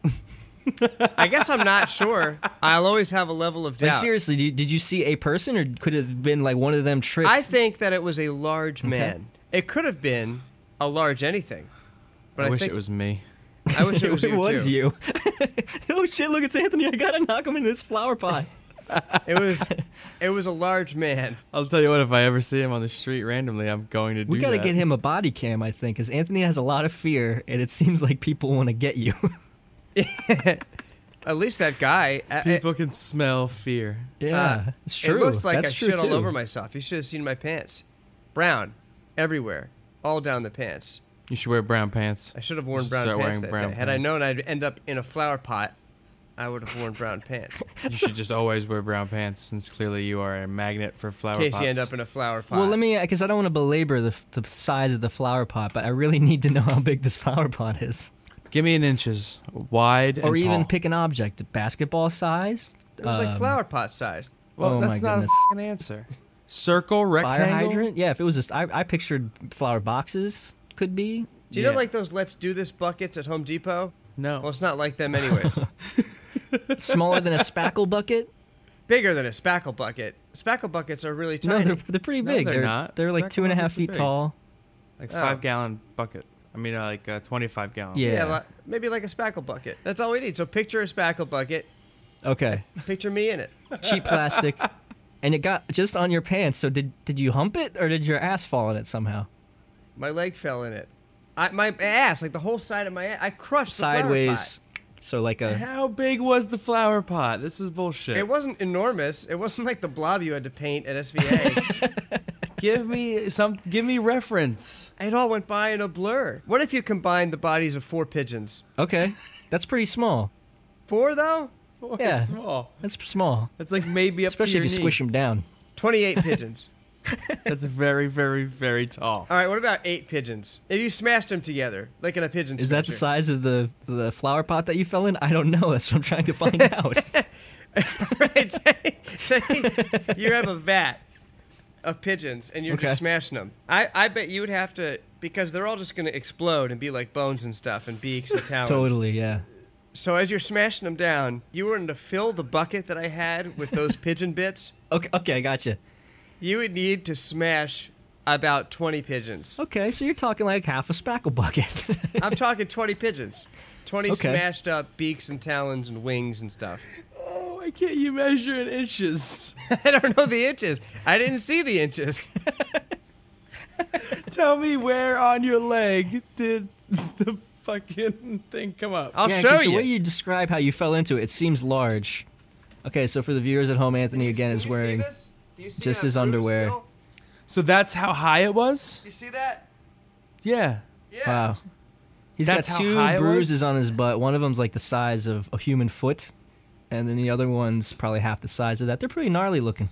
Speaker 2: I guess I'm not sure. I'll always have a level of
Speaker 3: Like
Speaker 2: doubt.
Speaker 3: seriously, did you, did you see a person, or could it have been like one of them tricked?
Speaker 2: I think that it was a large man. It could have been a large anything. But I,
Speaker 4: I wish
Speaker 2: think,
Speaker 4: it was me.
Speaker 2: I wish it was you
Speaker 3: was
Speaker 2: too.
Speaker 3: you. oh shit! Look, it's Anthony. I gotta knock him into this flower pot.
Speaker 2: It was. It was a large man.
Speaker 4: I'll tell you what, if I ever see him on the street randomly, I'm going to do
Speaker 3: we gotta
Speaker 4: that.
Speaker 3: get him a body cam, I think, because Anthony has a lot of fear, and it seems like people want to get you. Uh,
Speaker 2: At least that guy. I- I-
Speaker 4: People can smell fear.
Speaker 3: yeah,
Speaker 2: Uh,
Speaker 3: it's true.
Speaker 2: It looked like
Speaker 3: That's
Speaker 2: I
Speaker 3: true
Speaker 2: shit all
Speaker 3: too.
Speaker 2: over myself. You should have seen my pants. Brown, everywhere, all down the pants.
Speaker 4: You should wear brown pants.
Speaker 2: I should have worn
Speaker 4: should
Speaker 2: brown
Speaker 4: start
Speaker 2: pants
Speaker 4: wearing
Speaker 2: that
Speaker 4: brown
Speaker 2: day. Had I
Speaker 4: pants.
Speaker 2: known I'd end up in a flower pot, I would have worn brown pants
Speaker 4: You should just always wear brown pants, since clearly you are a magnet for flower
Speaker 2: in case
Speaker 4: pots.
Speaker 2: you end up in a flower pot.
Speaker 3: Well, let me, because I don't want to belabor the, f- the size of the flower pot, but I really need to know how big this flower pot is.
Speaker 4: Give me in inches, wide
Speaker 3: Or
Speaker 4: and
Speaker 3: even
Speaker 4: tall.
Speaker 3: pick an object, basketball size.
Speaker 2: It was like
Speaker 3: um,
Speaker 2: flower pot sized.
Speaker 4: Well,
Speaker 3: Oh my
Speaker 4: that's not
Speaker 3: goodness.
Speaker 4: a f***ing answer. Circle,
Speaker 3: Fire
Speaker 4: rectangle.
Speaker 3: hydrant? Yeah, if it was just, I, I pictured flower boxes could be.
Speaker 2: Do you
Speaker 4: Yeah.
Speaker 2: know like those "Let's Do This" buckets at Home Depot?
Speaker 4: No.
Speaker 3: Oh.
Speaker 2: Well, it's not like them anyways.
Speaker 3: Smaller than a spackle bucket?
Speaker 2: Bigger than a spackle bucket. Spackle buckets are really
Speaker 3: No,
Speaker 2: tiny.
Speaker 3: they're, they're pretty
Speaker 4: No,
Speaker 3: big.
Speaker 4: they're not.
Speaker 3: They're like
Speaker 4: Spackle
Speaker 3: two and a half
Speaker 4: buckets are
Speaker 3: feet
Speaker 4: big.
Speaker 3: tall.
Speaker 4: like
Speaker 2: Oh.
Speaker 4: five gallon bucket. I mean, uh, like uh, twenty five gallon.
Speaker 3: Yeah.
Speaker 2: li- maybe like a spackle bucket. That's all we need. So picture a spackle bucket.
Speaker 3: Okay.
Speaker 2: Picture me in it.
Speaker 3: Cheap plastic. and it got just on your pants. So did, did you hump it or did your ass fall in it somehow?
Speaker 2: My leg fell in it. I, my ass, like the whole side of my ass, I crushed the flower
Speaker 3: Sideways. So like a.
Speaker 4: How big was the flower pot? This is bullshit.
Speaker 2: pot. It wasn't enormous. It wasn't like the blob you had to paint at SVA.
Speaker 4: give me some. Give me reference.
Speaker 2: it all went by in a blur. What if you combined the bodies of four pigeons?
Speaker 3: Okay. That's pretty small.
Speaker 2: Four though?
Speaker 4: Or
Speaker 3: Yeah.
Speaker 4: Small.
Speaker 3: That's small.
Speaker 4: That's like maybe up
Speaker 3: Especially
Speaker 4: to your
Speaker 3: if you squish them down.
Speaker 2: Twenty-eight pigeons.
Speaker 4: That's very, very, very tall.
Speaker 2: All right, what about eight pigeons? If you smashed them together, like in a pigeon
Speaker 3: Is that the
Speaker 2: smasher.
Speaker 3: size of the the flower pot that you fell in? I don't know. That's what I'm trying to find out.
Speaker 2: right? Say, say you have a vat of pigeons and you're
Speaker 3: Okay.
Speaker 2: just smashing them. I, I bet you would have to because they're all just going to explode and be like bones and stuff and beaks and talons.
Speaker 3: totally, yeah.
Speaker 2: So as you're smashing them down, you were going to fill the bucket that I had with those pigeon bits.
Speaker 3: Okay, okay, I gotcha.
Speaker 2: You would need to smash about 20 pigeons.
Speaker 3: Okay, so you're talking like half a spackle bucket.
Speaker 2: I'm talking 20 pigeons. 20
Speaker 3: Okay.
Speaker 2: smashed up beaks and talons and wings and stuff.
Speaker 4: Oh, why can't you measure in inches?
Speaker 2: I don't know the inches. I didn't see the inches.
Speaker 4: Tell me where on your leg did the fucking thing come up?
Speaker 2: I'll
Speaker 3: Yeah, 'cause
Speaker 2: show
Speaker 3: The
Speaker 2: you.
Speaker 3: way you describe how you fell into it, it seems large. Okay, so for the viewers at home, Anthony again
Speaker 2: Can
Speaker 3: is
Speaker 2: you see
Speaker 3: wearing.
Speaker 2: this? Do you see
Speaker 3: just
Speaker 2: that
Speaker 3: his
Speaker 2: bruise
Speaker 3: underwear.
Speaker 2: still?
Speaker 4: So that's how high it was.
Speaker 2: Do you see that?
Speaker 4: Yeah.
Speaker 2: Yeah.
Speaker 3: Wow, he's
Speaker 4: That's
Speaker 3: got
Speaker 4: how
Speaker 3: two
Speaker 4: high it was?
Speaker 3: bruises on his butt. One of them's like the size of a human foot, and then the other one's probably half the size of that. They're pretty gnarly looking.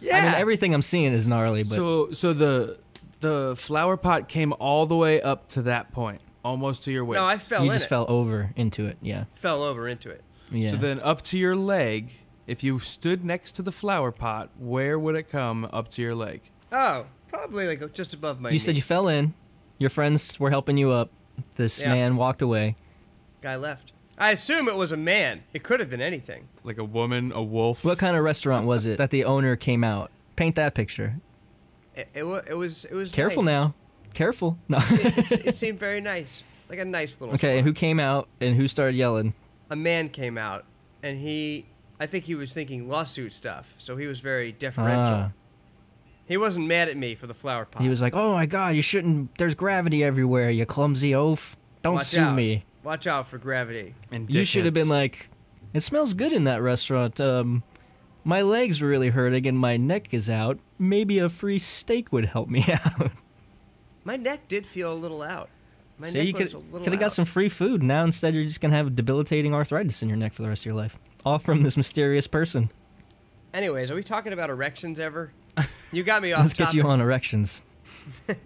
Speaker 2: Yeah.
Speaker 3: I mean, everything I'm seeing is gnarly, but
Speaker 4: So so the the flower pot came all the way up to that point, almost to your waist.
Speaker 2: no, I fell
Speaker 3: you
Speaker 2: in
Speaker 3: just
Speaker 2: it.
Speaker 3: fell over into it. Yeah,
Speaker 2: Fell over into it.
Speaker 3: yeah.
Speaker 4: So then up to your leg, if you stood next to the flower pot, where would it come up to your leg?
Speaker 2: Oh, probably like just above my.
Speaker 3: You said
Speaker 2: knee.
Speaker 3: you fell in. Your friends were helping you up. This
Speaker 2: Yeah.
Speaker 3: man walked away.
Speaker 2: guy left. I assume it was a man. It could have been anything.
Speaker 4: Like a woman, a wolf.
Speaker 3: What kind of restaurant was it that the owner came out? Paint that picture.
Speaker 2: It, it, wa- it was. It was.
Speaker 3: Careful
Speaker 2: nice.
Speaker 3: now. Careful. No.
Speaker 2: It, se- it seemed very nice, like a nice little.
Speaker 3: okay,
Speaker 2: spot.
Speaker 3: and who came out and who started yelling?
Speaker 2: A man came out, and he. I think he was thinking lawsuit stuff, so he was very deferential.
Speaker 3: Ah,
Speaker 2: He wasn't mad at me for the flower pot.
Speaker 3: he was like, "Oh my god, you shouldn't. There's gravity everywhere. You clumsy oaf. Don't
Speaker 2: Watch
Speaker 3: sue
Speaker 2: out.
Speaker 3: me.
Speaker 2: Watch out for gravity.
Speaker 4: And
Speaker 3: You should have
Speaker 4: dickheads.
Speaker 3: been like, it smells good in that restaurant. Um, my legs are really hurting and my neck is out. Maybe a free steak would help me out.
Speaker 2: My neck did feel a little out. My
Speaker 3: so
Speaker 2: neck
Speaker 3: you could
Speaker 2: was a little
Speaker 3: could have got
Speaker 2: out.
Speaker 3: some free food. Now instead, you're just gonna have debilitating arthritis in your neck for the rest of your life, all from this mysterious person.
Speaker 2: Anyways, are we talking about erections ever? You got me off.
Speaker 3: Let's get you
Speaker 2: topic.
Speaker 3: on erections.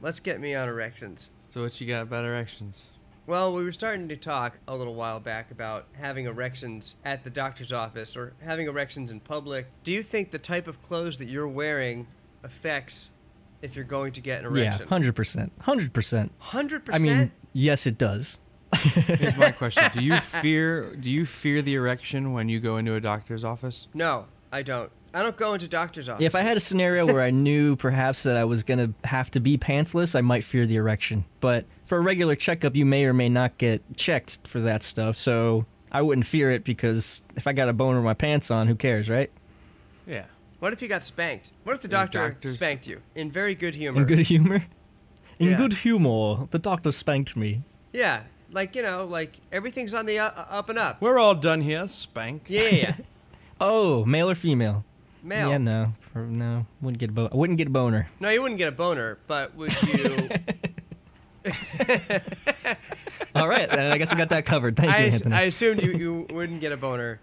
Speaker 2: Let's get me on erections.
Speaker 4: So what you got about erections?
Speaker 2: Well, we were starting to talk a little while back about having erections at the doctor's office or having erections in public. Do you think the type of clothes that you're wearing affects if you're going to get an erection?
Speaker 3: Yeah, hundred percent, hundred percent.
Speaker 2: hundred
Speaker 3: I
Speaker 2: percent.
Speaker 3: mean, yes, it does.
Speaker 4: Here's my question. Do you fear do you fear the erection when you go into a doctor's office?
Speaker 2: no, I don't. I don't go into doctor's offices.
Speaker 3: If I had a scenario where I knew perhaps that I was gonna have to be pantsless, I might fear the erection. But for a regular checkup, you may or may not get checked for that stuff. So I wouldn't fear it because if I got a boner with my pants on, who cares, right?
Speaker 4: Yeah.
Speaker 2: what if you got spanked? What if the
Speaker 4: Yeah,
Speaker 2: doctor
Speaker 4: doctors-
Speaker 2: spanked you in very good humor?
Speaker 3: In good humor. In
Speaker 2: Yeah.
Speaker 3: good humor, the doctor spanked me.
Speaker 2: yeah, like you know, like everything's on the uh, up and up.
Speaker 4: We're all done here, spank.
Speaker 2: Yeah,
Speaker 3: Oh, male or female?
Speaker 2: male.
Speaker 3: Yeah, no, For- no, wouldn't get a bo- I wouldn't get a boner.
Speaker 2: No, you wouldn't get a boner, but would you?
Speaker 3: All right, then I guess we got that covered. Thank
Speaker 2: I,
Speaker 3: you,
Speaker 2: as-
Speaker 3: Anthony.
Speaker 2: I assumed you, you wouldn't get a boner.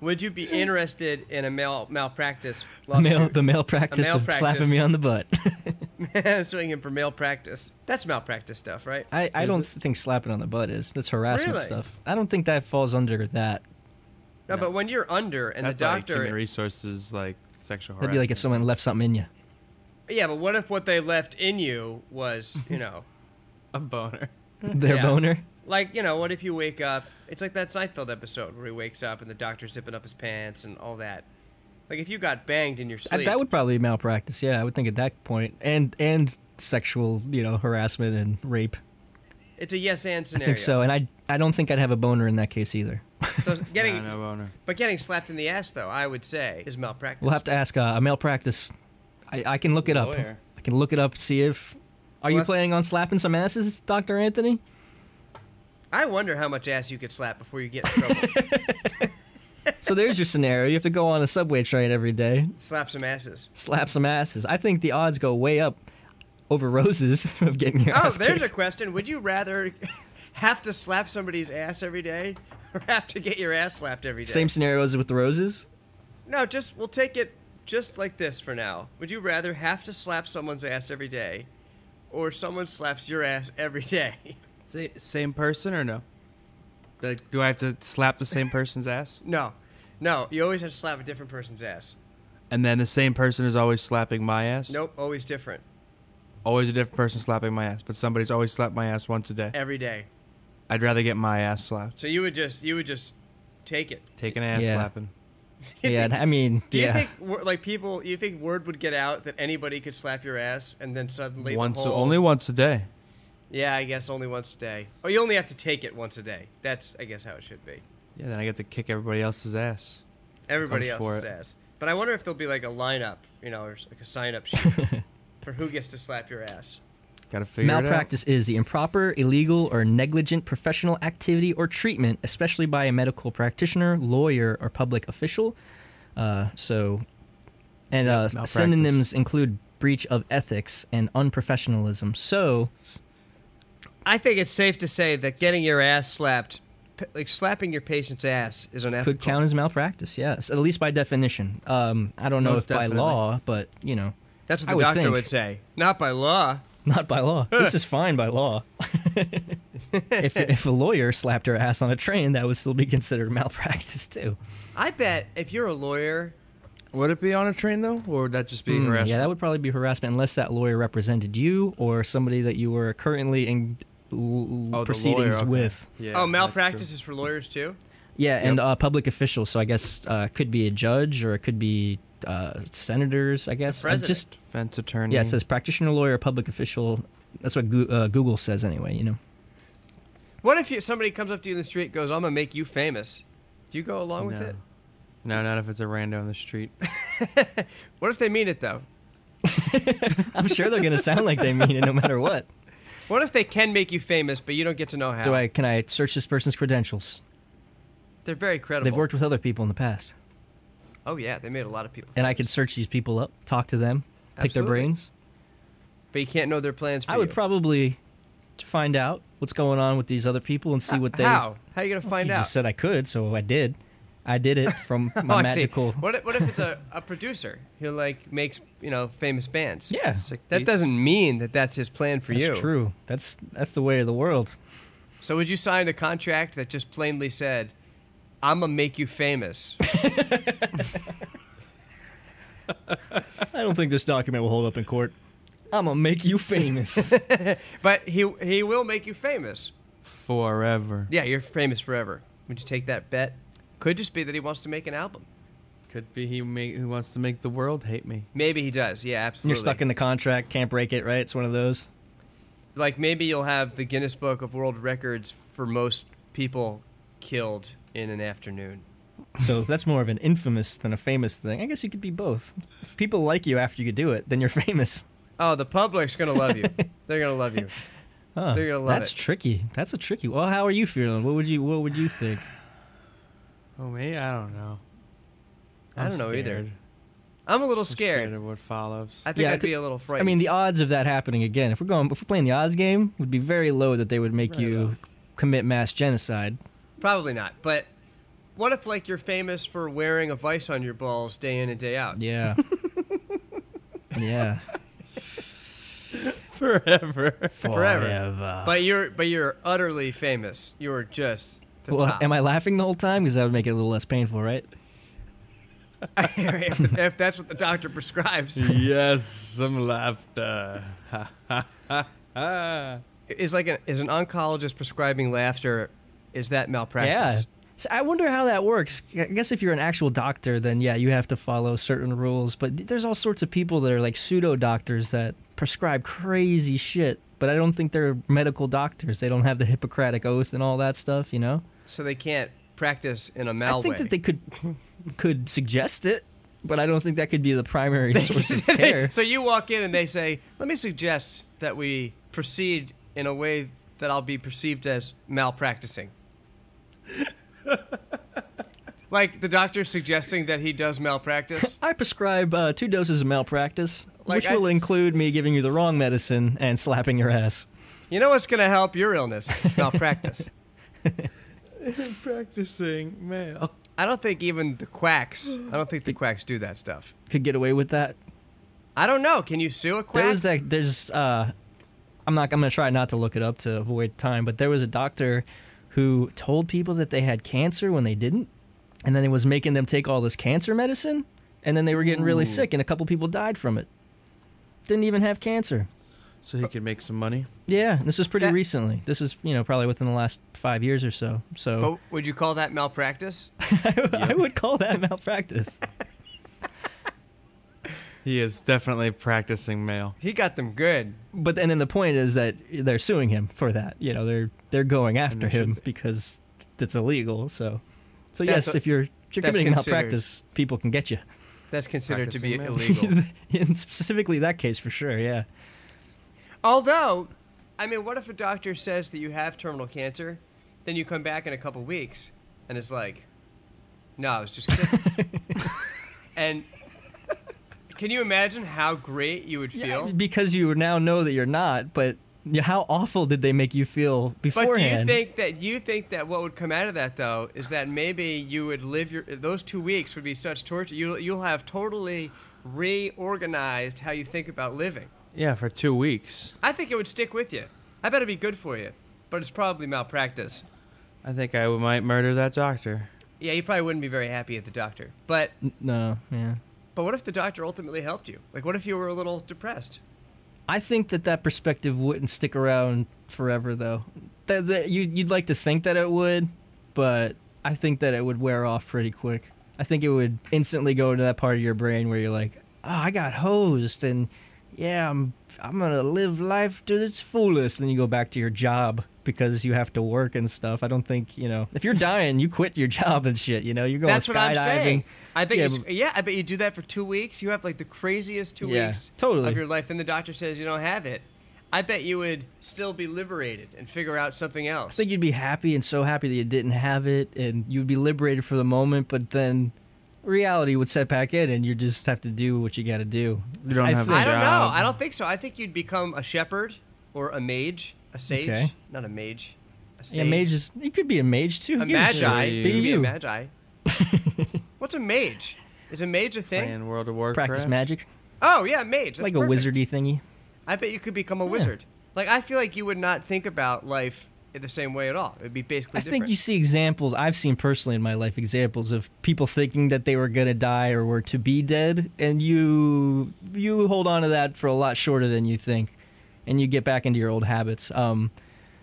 Speaker 2: Would you be interested in a mal- malpractice
Speaker 3: Male-
Speaker 2: lawsuit?
Speaker 3: the male practice of
Speaker 2: malpractice.
Speaker 3: slapping me on the butt.
Speaker 2: Suing him for malpractice. That's malpractice stuff, right?
Speaker 3: I, I
Speaker 4: Is
Speaker 3: don't
Speaker 4: it?
Speaker 3: think slapping on the butt is. That's harassment
Speaker 2: Really?
Speaker 3: stuff. I don't think that falls under that.
Speaker 2: No, but when you're under and
Speaker 4: That's
Speaker 2: the
Speaker 4: like
Speaker 2: doctor,
Speaker 4: human resources, like sexual
Speaker 3: That'd
Speaker 4: harassment.
Speaker 3: be like if someone left something in you.
Speaker 2: yeah, but what if what they left in you was, you know,
Speaker 4: a boner.
Speaker 3: Their
Speaker 2: Yeah.
Speaker 3: boner.
Speaker 2: like you know, what if you wake up? It's like that Seinfeld episode where he wakes up and the doctor's zipping up his pants and all that. Like if you got banged in your
Speaker 3: I-
Speaker 2: sleep,
Speaker 3: that would probably be malpractice. Yeah, I would think at that point, and and sexual, you know, harassment and rape.
Speaker 2: it's a yes and
Speaker 3: I
Speaker 2: scenario.
Speaker 3: think so, and I I don't think I'd have a boner in that case either.
Speaker 2: So getting,
Speaker 4: no, no boner.
Speaker 2: but getting slapped in the ass though, I would say is malpractice.
Speaker 3: We'll have to ask uh, a malpractice. I, I can look it up.
Speaker 4: Lawyer.
Speaker 3: I can look it up. See if are you
Speaker 2: What?
Speaker 3: planning on slapping some asses, Doctor Anthony?
Speaker 2: I wonder how much ass you could slap before you get in trouble.
Speaker 3: So there's your scenario. You have to go on a subway train every day,
Speaker 2: slap some asses.
Speaker 3: slap some asses. I think the odds go way up over roses of getting your
Speaker 2: Oh,
Speaker 3: ass
Speaker 2: there's a
Speaker 3: kicked.
Speaker 2: question. Would you rather have to slap somebody's ass every day, or have to get your ass slapped every day?
Speaker 3: Same scenario as with the roses.
Speaker 2: No, just we'll take it just like this for now. Would you rather have to slap someone's ass every day, or someone slaps your ass every day?
Speaker 4: Sa- same person or no? Like, do I have to slap the same person's ass?
Speaker 2: No, no, you always have to slap a different person's ass.
Speaker 4: And then the same person is always slapping my ass?
Speaker 2: Nope, always different
Speaker 4: Always a different person slapping my ass, but somebody's always slapped my ass once a day.
Speaker 2: every day.
Speaker 4: I'd rather get my ass slapped.
Speaker 2: So you would just you would just take it.
Speaker 4: Take an ass
Speaker 3: Yeah.
Speaker 4: slapping.
Speaker 2: You
Speaker 3: Yeah,
Speaker 2: think-
Speaker 3: I mean,
Speaker 2: Do you
Speaker 3: yeah.
Speaker 2: think wor- like people? You think word would get out that anybody could slap your ass, and then suddenly the
Speaker 4: Once,
Speaker 2: whole-
Speaker 4: only once a day.
Speaker 2: Yeah, I guess only once a day. Oh, you only have to take it once a day. That's I guess how it should be.
Speaker 4: Yeah, then I get to kick everybody else's ass.
Speaker 2: Everybody
Speaker 4: Come
Speaker 2: else
Speaker 4: for
Speaker 2: else's
Speaker 4: it.
Speaker 2: ass. But I wonder if there'll be like a lineup, you know, or s- like a sign up sheet for who gets to slap your ass.
Speaker 4: Gotta figure
Speaker 3: Malpractice is the improper, illegal, or negligent professional activity or treatment, especially by a medical practitioner, lawyer, or public official. Uh, so, and uh,
Speaker 4: malpractice.
Speaker 3: synonyms include breach of ethics and unprofessionalism. So,
Speaker 2: I think it's safe to say that getting your ass slapped, p- like slapping your patient's ass, is unethical.
Speaker 3: could count as malpractice. Yes, at least by definition. Um, I don't know
Speaker 4: Most
Speaker 3: if by
Speaker 4: definitely.
Speaker 3: law, but you know,
Speaker 2: That's what
Speaker 3: I
Speaker 2: the
Speaker 3: would
Speaker 2: doctor
Speaker 3: think.
Speaker 2: would say. Not by law.
Speaker 3: not by law. this is fine by law. if if a lawyer slapped her ass on a train, that would still be considered malpractice too.
Speaker 2: I bet if you're a lawyer,
Speaker 4: Out. Would it be on a train though, or would that just be
Speaker 3: Mm,
Speaker 4: harassment?
Speaker 3: Yeah, that would probably be harassment unless that lawyer represented you or somebody that you were currently in l-
Speaker 4: Oh, the
Speaker 3: proceedings
Speaker 4: lawyer, okay.
Speaker 3: with.
Speaker 4: Yeah,
Speaker 2: oh,
Speaker 4: that's
Speaker 2: malpractice is for lawyers too.
Speaker 3: Yeah, and uh, public officials. So I guess uh, it could be a judge or it could be uh, senators. I guess Uh,
Speaker 2: president.
Speaker 3: just
Speaker 4: true. Defense attorney.
Speaker 3: yeah, it says practitioner, lawyer, public official. That's what Goo- uh, Google says anyway. You know,
Speaker 2: What if you, somebody comes up to you in the street and goes, "I'm gonna make you famous"? Do you go along with
Speaker 4: No.
Speaker 2: it?
Speaker 4: No, not if it's a rando on the street.
Speaker 2: What if they mean it though?
Speaker 3: I'm sure they're gonna sound like they mean it no matter what.
Speaker 2: What if they can make you famous, but you don't get to know how?
Speaker 3: Do I can I search this person's credentials?
Speaker 2: They're very credible.
Speaker 3: They've worked with other people in the past,
Speaker 2: Oh yeah, they made a lot of people.
Speaker 3: and I could search these people up, talk to them, pick their
Speaker 2: Absolutely.
Speaker 3: brains.
Speaker 2: But you can't know their plans. For
Speaker 3: I would
Speaker 2: you.
Speaker 3: probably to find out what's going on with these other people and see what they.
Speaker 2: How? How are you gonna find
Speaker 3: You
Speaker 2: out?
Speaker 3: just said I could, so I did. I did it from
Speaker 2: Oh,
Speaker 3: my
Speaker 2: I see.
Speaker 3: magical.
Speaker 2: What if, what if it's a, a producer who like makes you know famous bands?
Speaker 3: Yeah,
Speaker 4: Sick
Speaker 2: That
Speaker 4: beat.
Speaker 2: doesn't mean that that's his plan for
Speaker 3: that's
Speaker 2: you.
Speaker 3: true. That's that's the way of the world.
Speaker 2: So would you sign a contract that just plainly said, "I'm gonna make you famous"?
Speaker 3: I don't think this document will hold up in court. I'm gonna make you famous.
Speaker 2: but he he will make you famous.
Speaker 4: forever.
Speaker 2: Yeah, you're famous forever. Would you take that bet? Could just be that he wants to make an album.
Speaker 4: Could be he make, who wants to make the world hate me.
Speaker 2: Maybe he does. Yeah, absolutely.
Speaker 3: You're stuck in the contract, can't break it. Right? It's one of those.
Speaker 2: like maybe you'll have the Guinness Book of World Records for most people killed in an afternoon.
Speaker 3: So that's more of an infamous than a famous thing. I guess you could be both. If people like you after you do it, then you're famous.
Speaker 2: Oh, the public's gonna love you. They're gonna love you.
Speaker 3: Huh.
Speaker 2: They're gonna love
Speaker 3: that's
Speaker 2: it.
Speaker 3: tricky. That's a tricky. Well, how are you feeling? What would you What would you think?
Speaker 4: Oh, me? I don't know.
Speaker 2: I
Speaker 4: I'm
Speaker 2: don't know either.
Speaker 4: scared.
Speaker 2: I'm a little
Speaker 4: I'm
Speaker 2: scared.
Speaker 4: of what follows.
Speaker 2: I think
Speaker 3: Yeah, I
Speaker 2: I'd be
Speaker 3: could-
Speaker 2: a little frightened.
Speaker 3: I mean, the odds of that happening again, if we're going, if we're playing the odds game, would be very low that they would make
Speaker 4: Very
Speaker 3: you
Speaker 4: low.
Speaker 3: commit mass genocide.
Speaker 2: Probably not. But what if like you're famous for wearing a vice on your balls day in and day out?
Speaker 3: Yeah. yeah.
Speaker 4: Forever.
Speaker 2: Forever. But you're but you're utterly famous. You're just the
Speaker 3: well,
Speaker 2: top.
Speaker 3: am I laughing the whole time? Because that would make it a little less painful, right?
Speaker 2: if, the- if that's what the doctor prescribes,
Speaker 4: yes, some laughter. Ha, ha, ha, ha.
Speaker 2: is like an, is an oncologist prescribing laughter? Is that
Speaker 3: Yeah.
Speaker 2: malpractice?
Speaker 3: So I wonder how that works. I guess if you're an actual doctor, then yeah, you have to follow certain rules. But th- there's all sorts of people that are like pseudo doctors that prescribe crazy shit. But I don't think they're medical doctors. They don't have the Hippocratic Oath and all that stuff, you know.
Speaker 2: So they can't practice in a mal
Speaker 3: I think
Speaker 2: way.
Speaker 3: that they could could suggest it, but I don't think that could be the primary source of care.
Speaker 2: so you walk in and they say, "Let me suggest that we proceed in a way that I'll be perceived as malpracticing." like the doctor suggesting that he does malpractice.
Speaker 3: I prescribe uh, two doses of malpractice,
Speaker 2: Like
Speaker 3: which
Speaker 2: I-
Speaker 3: will include me giving you the wrong medicine and slapping your ass.
Speaker 2: You know what's going to help your illness? Malpractice.
Speaker 4: Practicing male.
Speaker 2: I don't think even the quacks. I don't think the quacks do that stuff.
Speaker 3: Could get away with that.
Speaker 2: I don't know. Can you sue a quack?
Speaker 3: There was that. There's. Uh, I'm not. I'm gonna try not to look it up to avoid time. But there was a doctor who told people that they had cancer when they didn't, and then it was making them take all this cancer medicine, and then they were getting really sick, and a couple people died from it. Didn't even have cancer.
Speaker 4: So he could make some money.
Speaker 3: Yeah, this was pretty
Speaker 2: That-
Speaker 3: recently. This is you know probably within the last five years or so. So
Speaker 2: But Oh, would you call that malpractice?
Speaker 3: I would call that malpractice.
Speaker 4: He is definitely practicing male.
Speaker 2: He got them good.
Speaker 3: but and then the point is that they're suing him for that. You know, they're they're going after
Speaker 4: they should
Speaker 3: him because it's illegal. So, so
Speaker 2: That's
Speaker 3: yes,
Speaker 2: a-
Speaker 3: if you're if you're
Speaker 2: that's
Speaker 3: committing
Speaker 2: considered-
Speaker 3: malpractice, people can get you.
Speaker 2: That's considered to be
Speaker 4: Practicing
Speaker 2: illegal.
Speaker 3: and specifically that case for sure. Yeah,
Speaker 2: Although, I mean, what if a doctor says that you have terminal cancer, then you come back in a couple weeks and it's like, no, I was just kidding. and can you imagine how great you would feel?
Speaker 3: because you now know that you're not. But yeah, how awful did they make you feel
Speaker 2: But
Speaker 3: beforehand?
Speaker 2: do you think that you think that what would come out of that though is that maybe you would live your those two weeks would be such torture. You you'll have totally reorganized how you think about living.
Speaker 4: Yeah, for two weeks.
Speaker 2: I think it would stick with you. I bet it'd be good for you, but it's probably malpractice.
Speaker 4: I think I might murder that doctor.
Speaker 2: Yeah, you probably wouldn't be very happy at the doctor. But
Speaker 3: no, yeah.
Speaker 2: but what if the doctor ultimately helped you? Like what if you were a little depressed?
Speaker 3: I think that that perspective wouldn't stick around forever, though. That, that you, you'd like to think that it would, but I think that it would wear off pretty quick. I think it would instantly go to that part of your brain where you're like, "Oh, I got hosed," and yeah, I'm I'm gonna live life to its fullest. Then you go back to your job because you have to work and stuff. I don't think you know if you're dying, you quit your job and shit. You know, you're going
Speaker 2: That's
Speaker 3: skydiving.
Speaker 2: what I'm saying. I bet
Speaker 3: Yeah,
Speaker 2: you, yeah, I bet you do that for two weeks. You have like the craziest two
Speaker 3: Yeah,
Speaker 2: weeks
Speaker 3: totally.
Speaker 2: of your life. Then the doctor says you don't have it. I bet you would still be liberated and figure out something
Speaker 3: I
Speaker 2: else.
Speaker 3: think you'd be happy and so happy that you didn't have it, and you'd be liberated for the moment. But then reality would set back in, and you just have to do what you got to do.
Speaker 4: You don't
Speaker 3: I
Speaker 4: have a
Speaker 3: think-
Speaker 2: I don't know.
Speaker 4: job.
Speaker 2: I don't think so. I think you'd become a shepherd or a mage, a sage,
Speaker 3: Okay.
Speaker 2: not a mage. A sage.
Speaker 3: Yeah, mage is. You could be a mage too. Who
Speaker 2: A
Speaker 3: gives shit?
Speaker 2: magi.
Speaker 4: shit.
Speaker 2: You
Speaker 3: Be
Speaker 2: could be a
Speaker 3: you.
Speaker 2: magi. What's a mage? Is a mage a thing?
Speaker 4: Playing World of Warcraft.
Speaker 3: Practice magic,
Speaker 2: Oh yeah, mage. That's
Speaker 3: like
Speaker 2: perfect.
Speaker 3: a wizardy thingy.
Speaker 2: I bet you could become a wizard. Like I feel like you would not think about life in the same way at all. It'd be basically.
Speaker 3: I think
Speaker 2: different.
Speaker 3: you see examples. I've seen personally in my life examples of people thinking that they were gonna die or were to be dead, and you you hold on to that for a lot shorter than you think, and you get back into your old habits. Um,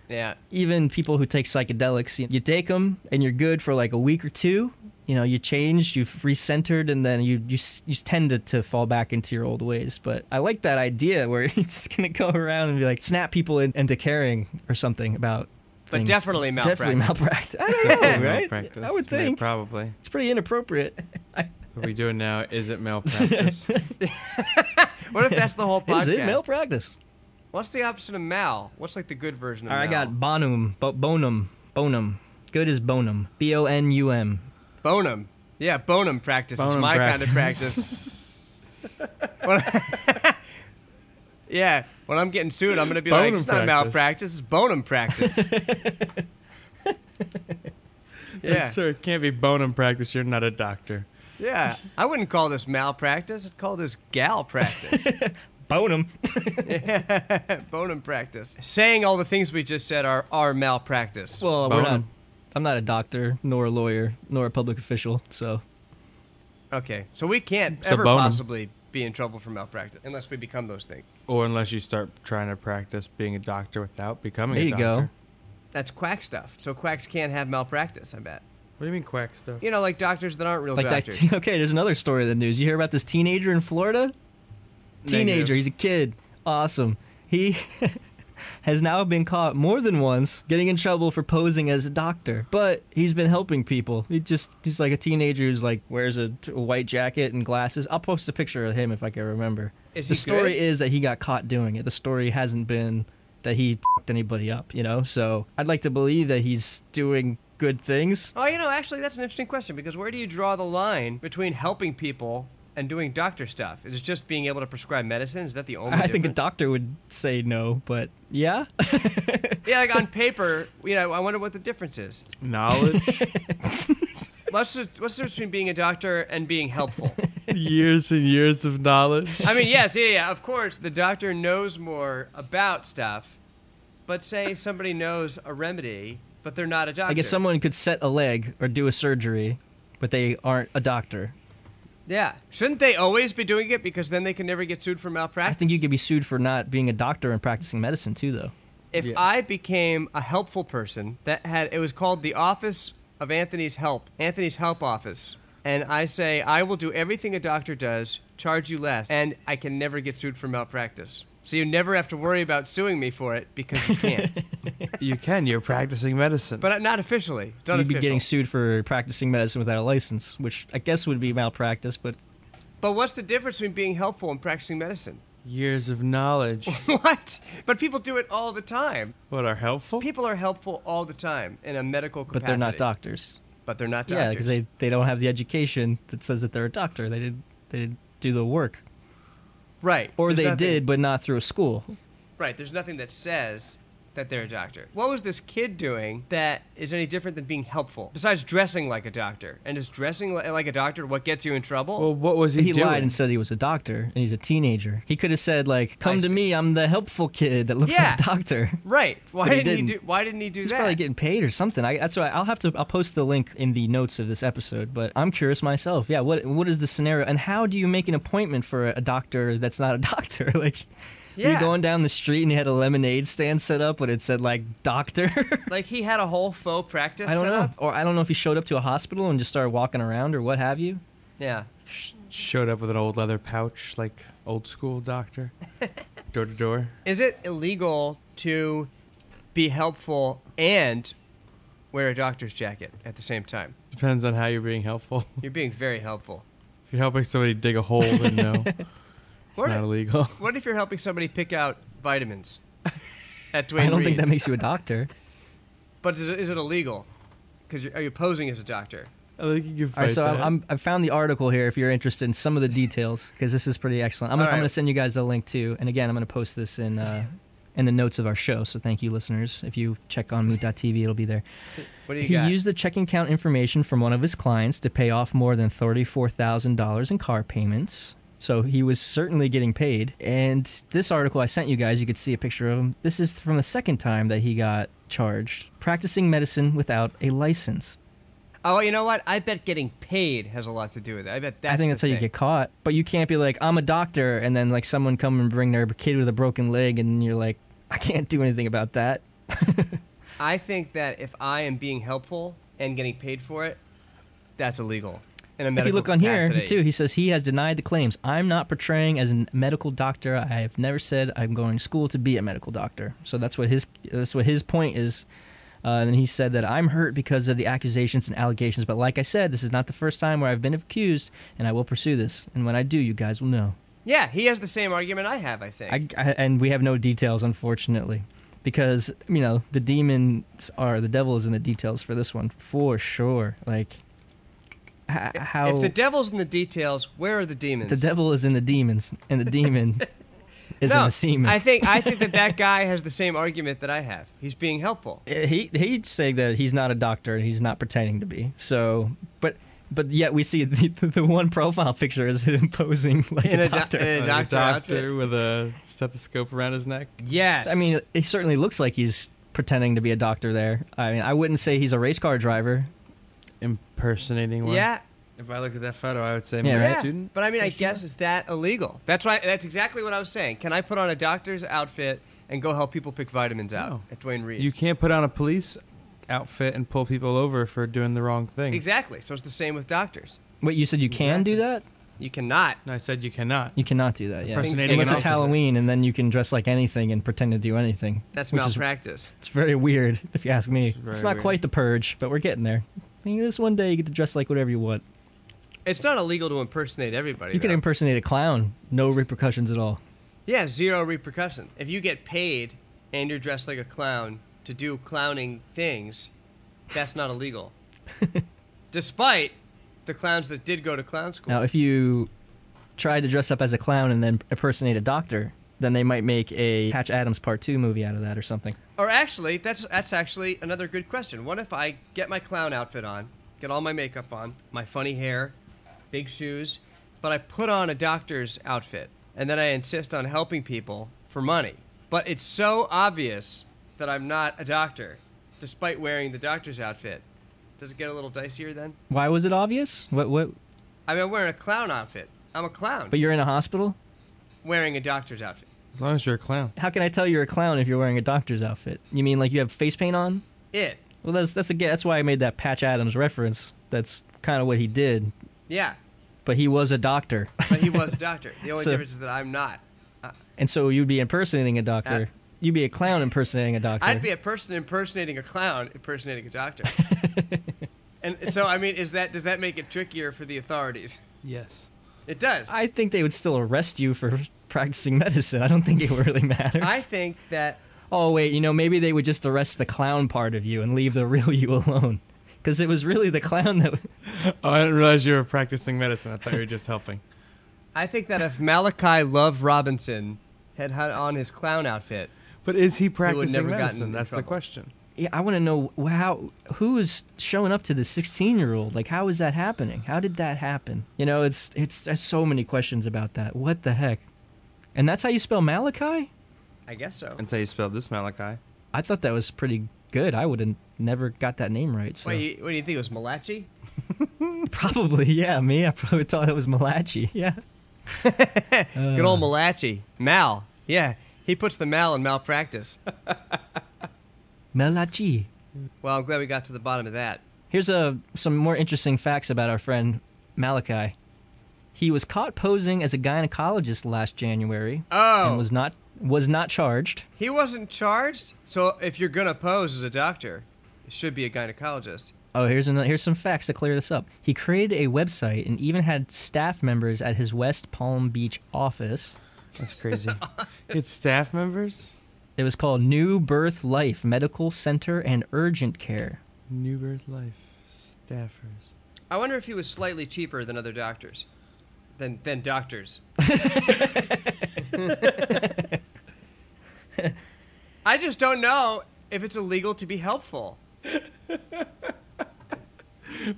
Speaker 2: Yeah.
Speaker 3: even people who take psychedelics, you- you take them and you're good for like a week or two. You know, you change, you've recentered, and then you you s- you tend to, to fall back into your old ways. But I like that idea where it's gonna go around and be like snap people in, into caring or something about.
Speaker 2: But
Speaker 3: things.
Speaker 2: definitely
Speaker 3: Definitely malpractice. I don't know,
Speaker 4: Definitely
Speaker 3: right?
Speaker 4: malpractice.
Speaker 3: I would
Speaker 4: Yeah,
Speaker 3: think
Speaker 4: probably.
Speaker 3: it's pretty inappropriate. I-
Speaker 4: What we doing now is it malpractice?
Speaker 2: What if that's the whole podcast?
Speaker 3: Is it malpractice?
Speaker 2: What's the opposite of mal? What's like the good version of
Speaker 3: All right, I
Speaker 2: mal?
Speaker 3: got bonum, bo- bonum, bonum. Good is bonum. B o n u m.
Speaker 2: bonum. Yeah, bonum practice is
Speaker 4: Bonum
Speaker 2: my kind of practice. When- yeah, when I'm getting sued, I'm gonna be like,
Speaker 4: Bonum
Speaker 2: it's not
Speaker 4: practice.
Speaker 2: malpractice, it's bonum practice. Yeah.
Speaker 4: Sir, it can't be bonum practice. You're not a doctor.
Speaker 2: Yeah. I wouldn't call this malpractice. I'd call this gal practice.
Speaker 3: Bonum.
Speaker 2: Bonum practice. Saying all the things we just said are, are malpractice.
Speaker 3: Well, we're not.
Speaker 4: Bonum.
Speaker 3: I'm not a doctor, nor a lawyer, nor a public official. So
Speaker 2: okay. So we can't
Speaker 4: So
Speaker 2: ever
Speaker 4: bonum.
Speaker 2: possibly be in trouble for malpractice unless we become those things.
Speaker 4: Or unless you start trying to practice being a doctor without becoming
Speaker 3: there
Speaker 4: a
Speaker 3: you
Speaker 4: doctor.
Speaker 3: go.
Speaker 2: That's quack stuff. So quacks can't have malpractice, I bet.
Speaker 4: What do you mean quack stuff?
Speaker 2: You know, like doctors that aren't real
Speaker 3: Like that.
Speaker 2: doctors.
Speaker 3: te- okay, there's another story in the news. You hear about this teenager in Florida? Teenager.
Speaker 4: Negative.
Speaker 3: He's a kid. Awesome. He has now been caught more than once getting in trouble for posing as a doctor, but he's been helping people. He just he's like a teenager who's like wears a, t- a white jacket and glasses. I'll post a picture of him if I can remember.
Speaker 2: Is
Speaker 3: the
Speaker 2: he
Speaker 3: story
Speaker 2: good?
Speaker 3: is that he got caught doing it. The story hasn't been that he fucked anybody up, you know. So I'd like to believe that he's doing good things.
Speaker 2: oh, you know, actually, that's an interesting question because where do you draw the line between helping people and doing doctor stuff? Is it just being able to prescribe medicine? Is that the only
Speaker 3: I think a
Speaker 2: difference?
Speaker 3: doctor would say no, but yeah,
Speaker 2: Yeah, like on paper, you know, I wonder what the difference is.
Speaker 4: Knowledge,
Speaker 2: What's the, what's the difference between being a doctor and being helpful?
Speaker 4: years and years of knowledge.
Speaker 2: I mean, yes, yeah, yeah, of course, the doctor knows more about stuff, but say somebody knows a remedy, but they're not a doctor.
Speaker 3: I guess someone could set a leg or do a surgery, but they aren't a doctor.
Speaker 2: Yeah. Shouldn't they always be doing it because then they can never get sued for malpractice?
Speaker 3: I think you could be sued for not being a doctor and practicing medicine too, though.
Speaker 2: If
Speaker 4: Yeah.
Speaker 2: I became a helpful person that had it was called the Office of Anthony's Help, Anthony's Help Office, and I say I will do everything a doctor does, charge you less, and I can never get sued for malpractice. So you never have to worry about suing me for it because you can't.
Speaker 4: You can. You're practicing medicine.
Speaker 2: but not officially. It's
Speaker 3: You'd be
Speaker 2: unofficial.
Speaker 3: getting sued for practicing medicine without a license, which I guess would be malpractice. But
Speaker 2: but what's the difference between being helpful and practicing medicine?
Speaker 4: years of knowledge.
Speaker 2: what? But people do it all the time.
Speaker 4: what are helpful?
Speaker 2: People are helpful all the time in a medical
Speaker 3: but
Speaker 2: capacity.
Speaker 3: they're not doctors.
Speaker 2: But they're not doctors.
Speaker 3: Yeah, because they, they don't have the education that says that they're a doctor. They did they did do the work,
Speaker 2: right
Speaker 3: or
Speaker 2: There's
Speaker 3: they
Speaker 2: nothing-
Speaker 3: did, but not through a school.
Speaker 2: Right. There's nothing that says that they're a doctor. What was this kid doing that is any different than being helpful? Besides dressing like a doctor, and is dressing li- like a doctor what gets you in trouble?
Speaker 4: Well, what was he,
Speaker 3: He
Speaker 4: doing?
Speaker 3: lied and said he was a doctor, and he's a teenager. He could have said like, "Come to
Speaker 2: see.
Speaker 3: me, I'm the helpful kid that looks
Speaker 2: Yeah.
Speaker 3: like a doctor."
Speaker 2: right. Why
Speaker 3: But he
Speaker 2: didn't he,
Speaker 3: didn't.
Speaker 2: do? Why didn't he do
Speaker 3: He's
Speaker 2: that?
Speaker 3: probably getting paid or something. I, that's why I'll have to. I'll post the link in the notes of this episode. But I'm curious myself. Yeah, what what is the scenario, and how do you make an appointment for a doctor that's not a doctor? Like, were
Speaker 2: Yeah.
Speaker 3: you going down the street and you had a lemonade stand set up, but it said like doctor.
Speaker 2: like he had a whole faux practice.
Speaker 3: I don't
Speaker 2: set
Speaker 3: know,
Speaker 2: up?
Speaker 3: or I don't know if he showed up to a hospital and just started walking around or what have you.
Speaker 2: Yeah.
Speaker 4: Sh- showed up with an old leather pouch, like old school doctor, door to door.
Speaker 2: Is it illegal to be helpful and wear a doctor's jacket at the same time?
Speaker 4: Depends on how you're being helpful.
Speaker 2: You're being very helpful.
Speaker 4: if you're helping somebody dig a hole, then no, it's
Speaker 2: What,
Speaker 4: not illegal.
Speaker 2: what if you're helping somebody pick out vitamins? At Dwayne
Speaker 3: I don't think
Speaker 2: Reed?
Speaker 3: that makes you a doctor.
Speaker 2: But is it, is it illegal? Because are you posing as a doctor?
Speaker 4: I think you can
Speaker 3: All right,
Speaker 4: fight
Speaker 3: so
Speaker 4: that.
Speaker 3: I'm, I'm, I found the article here if you're interested in some of the details because this is pretty excellent. I'm,
Speaker 2: All
Speaker 3: gonna I'm
Speaker 2: right.
Speaker 3: going to send you guys the link too, and again, I'm going to post this in uh, in the notes of our show. So thank you, listeners. If you check on moot.tv, it'll be there.
Speaker 2: What do you
Speaker 3: He
Speaker 2: got?
Speaker 3: used the checking account information from one of his clients to pay off more than thirty-four thousand dollars in car payments. So he was certainly getting paid. And this article I sent you guys, you could see a picture of him. This is from the second time that he got charged practicing medicine without a license.
Speaker 2: oh, you know what? I bet getting paid has a lot to do with it. I bet that's.
Speaker 3: I think that's
Speaker 2: the
Speaker 3: how you
Speaker 2: thing.
Speaker 3: get caught. But you can't be like, I'm a doctor, and then like someone come and bring their kid with a broken leg, and you're like, I can't do anything about that.
Speaker 2: I think that if I am being helpful and getting paid for it, that's illegal. In a
Speaker 3: If
Speaker 2: medical
Speaker 3: you look on here
Speaker 2: capacity.
Speaker 3: too, he says he has denied the claims. I'm not portraying as a medical doctor. I have never said I'm going to school to be a medical doctor. So that's what his that's what his point is. Uh, and he said that I'm hurt because of the accusations and allegations. But like I said, this is not the first time where I've been accused, and I will pursue this. And when I do, you guys will know.
Speaker 2: Yeah, he has the same argument I have. I think.
Speaker 3: I, I- and we have no details, unfortunately, because you know the demons are the devil is in the details for this one for sure. Like h- how
Speaker 2: if
Speaker 3: the,
Speaker 2: the devil's in the details, where are the demons?
Speaker 3: devil is in the demons, and the demon isn't
Speaker 2: no,
Speaker 3: a seaman.
Speaker 2: I think I think that that guy has the same argument that I have. He's being helpful.
Speaker 3: Eh, he he's saying that he's not a doctor and he's not pretending to be. So, but but yet we see the, the, the one profile picture is him posing like
Speaker 2: In
Speaker 3: a
Speaker 2: a do-
Speaker 3: doctor.
Speaker 2: in a
Speaker 4: Like
Speaker 2: doctor outfit.
Speaker 4: with a stethoscope around his neck.
Speaker 2: Yes.
Speaker 3: I mean, he certainly looks like he's pretending to be a doctor there. I mean, I wouldn't say he's a race car driver.
Speaker 4: Impersonating one.
Speaker 2: yeah.
Speaker 4: If I looked at that photo, I would say
Speaker 3: Yeah,
Speaker 4: yeah,
Speaker 3: right.
Speaker 2: Yeah,
Speaker 4: student.
Speaker 2: But I mean, I guess is that illegal? That's right. That's exactly what I was saying. Can I put on a doctor's outfit and go help people pick vitamins out
Speaker 4: No.
Speaker 2: at Dwayne Reed?
Speaker 4: You can't put on a police outfit and pull people over for doing the wrong thing.
Speaker 2: exactly. So it's the same with doctors.
Speaker 3: Wait, you said you can do that?
Speaker 2: You cannot.
Speaker 4: No, I said you cannot.
Speaker 3: You cannot do that. Yeah.
Speaker 4: Impersonating
Speaker 3: Unless
Speaker 4: an
Speaker 3: it's
Speaker 4: officer.
Speaker 3: Halloween, and then you can dress like anything and pretend to do anything.
Speaker 2: That's
Speaker 3: which is-
Speaker 2: malpractice.
Speaker 3: It's very weird, if you ask me. It's,
Speaker 4: very
Speaker 3: not
Speaker 4: weird.
Speaker 3: quite the purge, but we're getting there. I mean, this one day you get to dress like whatever you want.
Speaker 2: It's not illegal to impersonate everybody.
Speaker 3: You can
Speaker 2: though.
Speaker 3: impersonate a clown, no repercussions at all.
Speaker 2: yeah, zero repercussions. If you get paid and you're dressed like a clown to do clowning things, that's not illegal. Despite the clowns that did go to clown school.
Speaker 3: Now, if you tried to dress up as a clown and then impersonate a doctor, then they might make a Patch Adams Part 2 movie out of that or something.
Speaker 2: Or actually, that's that's actually another good question. What if I get my clown outfit on, get all my makeup on, my funny hair, big shoes, but I put on a doctor's outfit and then I insist on helping people for money. But it's so obvious that I'm not a doctor, despite wearing the doctor's outfit. Does it get a little dicier then?
Speaker 3: Why was it obvious? What what
Speaker 2: I mean, I'm wearing a clown outfit. I'm a clown
Speaker 3: But you're in a hospital?
Speaker 2: wearing a doctor's outfit.
Speaker 4: As long as you're a clown.
Speaker 3: How can I tell you're a clown if you're wearing a doctor's outfit? You mean like you have face paint on?
Speaker 2: It.
Speaker 3: Well, that's that's again that's why I made that Patch Adams reference. That's kind of what he did,
Speaker 2: Yeah.
Speaker 3: but he was a doctor.
Speaker 2: But he was a doctor. The only
Speaker 3: So-
Speaker 2: difference is that I'm not.
Speaker 3: And so you'd be impersonating a doctor.
Speaker 2: Uh,
Speaker 3: you'd be a clown impersonating a doctor.
Speaker 2: I'd be a person impersonating a clown, impersonating a doctor. and so, I mean, is that does that make it trickier for the authorities?
Speaker 4: Yes.
Speaker 2: It does. I,
Speaker 3: I think they would still arrest you for practicing medicine. I don't think it would really matters.
Speaker 2: think that
Speaker 3: oh wait, you know maybe they would just arrest the clown part of you and leave the real you alone, because it was really the clown that.
Speaker 4: Oh, I didn't realize you were practicing medicine. I thought you were just helping.
Speaker 2: I think that if Malachi Love Robinson had had on his clown outfit,
Speaker 4: But is he
Speaker 2: practicing
Speaker 4: practicing
Speaker 2: never gotten medicine?
Speaker 4: medicine?
Speaker 2: in That's
Speaker 4: That's
Speaker 2: the
Speaker 4: the
Speaker 2: trouble.
Speaker 4: question.
Speaker 3: Yeah, I want to know how who is showing up to the 16 year old. Like, how is that happening? How did that happen? You know, it's it's there's so many questions about that. What the heck? And that's how you spell Malachi?
Speaker 2: I guess so.
Speaker 4: That's how you spelled this, Malachi.
Speaker 3: I thought that was pretty good. I would have never got that name right. So
Speaker 2: What do, you, what do you think it was, Malachi?
Speaker 3: probably, yeah, me. I probably thought it was Malachi. Yeah. Uh.
Speaker 2: Good old Malachi, Mal. Yeah, he puts the Mal in malpractice.
Speaker 3: Malachi.
Speaker 2: well, I'm glad we got to the bottom of that.
Speaker 3: Here's a, some more interesting facts about our friend Malachi. He was caught posing as a gynecologist last January
Speaker 2: Oh,
Speaker 3: and was not was not charged.
Speaker 2: he wasn't charged. So if you're gonna pose as a doctor, it should be a gynecologist.
Speaker 3: Oh, here's another, here's some facts to clear this up. He created a website and even had staff members at his West Palm Beach office.
Speaker 4: That's crazy. it's staff members?
Speaker 3: It was called New Birth Life Medical Center and Urgent Care.
Speaker 4: New Birth Life staffers.
Speaker 2: I wonder if he was slightly cheaper than other doctors, than than doctors. I just don't know if it's illegal to be helpful.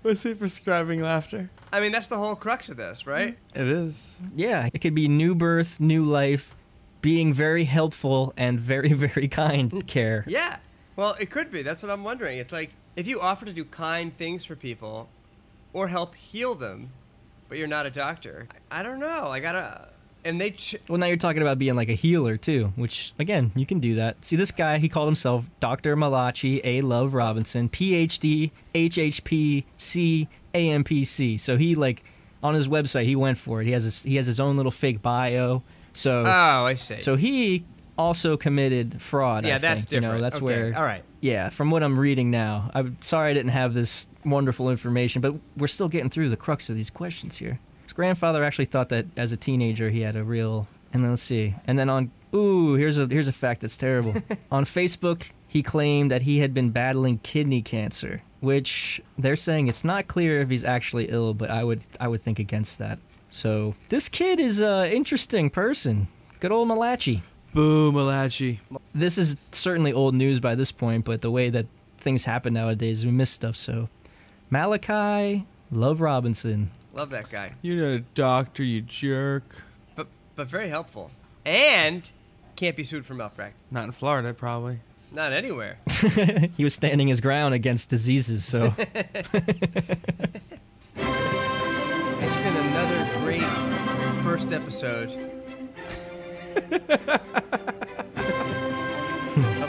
Speaker 4: Was he prescribing laughter?
Speaker 2: I mean, that's the whole crux of this, right?
Speaker 3: Mm-hmm.
Speaker 4: It is.
Speaker 3: Yeah, it could be new birth, new life, being very helpful and very very kind care.
Speaker 2: Yeah. Well, it could be. That's what I'm wondering. It's like if you offer to do kind things for people or help heal them, but you're not a doctor. I, I don't know. I gotta. And they. Ch-
Speaker 3: Well, now you're talking about being like a healer too, which again, you can do that. See, this guy, he called himself Dr. Malachi A. Love Robinson, PhD, HHP, C, AMPC. So he like on his website, he went for it. He has his, he has his own little fake bio. So
Speaker 2: oh, I see.
Speaker 3: so he also committed fraud.
Speaker 2: yeah,
Speaker 3: I
Speaker 2: that's
Speaker 3: think. you know,
Speaker 2: different.
Speaker 3: that's
Speaker 2: Okay,
Speaker 3: where.
Speaker 2: All right.
Speaker 3: Yeah, from what I'm reading now, I'm sorry I didn't have this wonderful information, but we're still getting through the crux of these questions here. His grandfather actually thought that as a teenager he had a real. And then let's see. And then on ooh, here's a here's a fact that's terrible. on Facebook, he claimed that he had been battling kidney cancer, which they're saying it's not clear if he's actually ill, but I would I would think against that. So this kid is a interesting person. Good old Malachi.
Speaker 4: Boo, Malachi.
Speaker 3: This is certainly old news by this point, but the way that things happen nowadays, we miss stuff. So, Malachi, Love Robinson.
Speaker 2: Love that guy.
Speaker 4: You're not a doctor, you jerk.
Speaker 2: But but very helpful. And can't be sued for malpractice.
Speaker 4: Not in Florida, probably.
Speaker 2: Not anywhere.
Speaker 3: he was standing his ground against diseases. So,
Speaker 2: It's been another great first episode of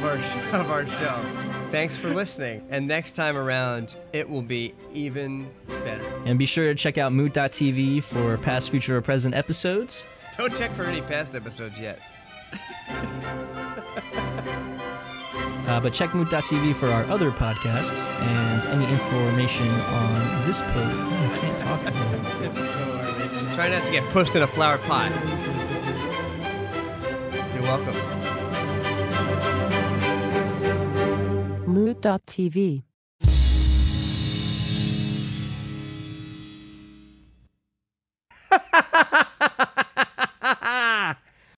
Speaker 2: our of our show. Thanks for listening. And next time around, it will be even better.
Speaker 3: and be sure to check out moot.tv for past, future, or present episodes.
Speaker 2: Don't check for any past episodes yet.
Speaker 3: Uh, but check moot.tv for our other podcasts and any information on this page. Oh, I can't talk anymore.
Speaker 2: Try not to get pushed in a flower pot. You're welcome.
Speaker 1: Mood.tv.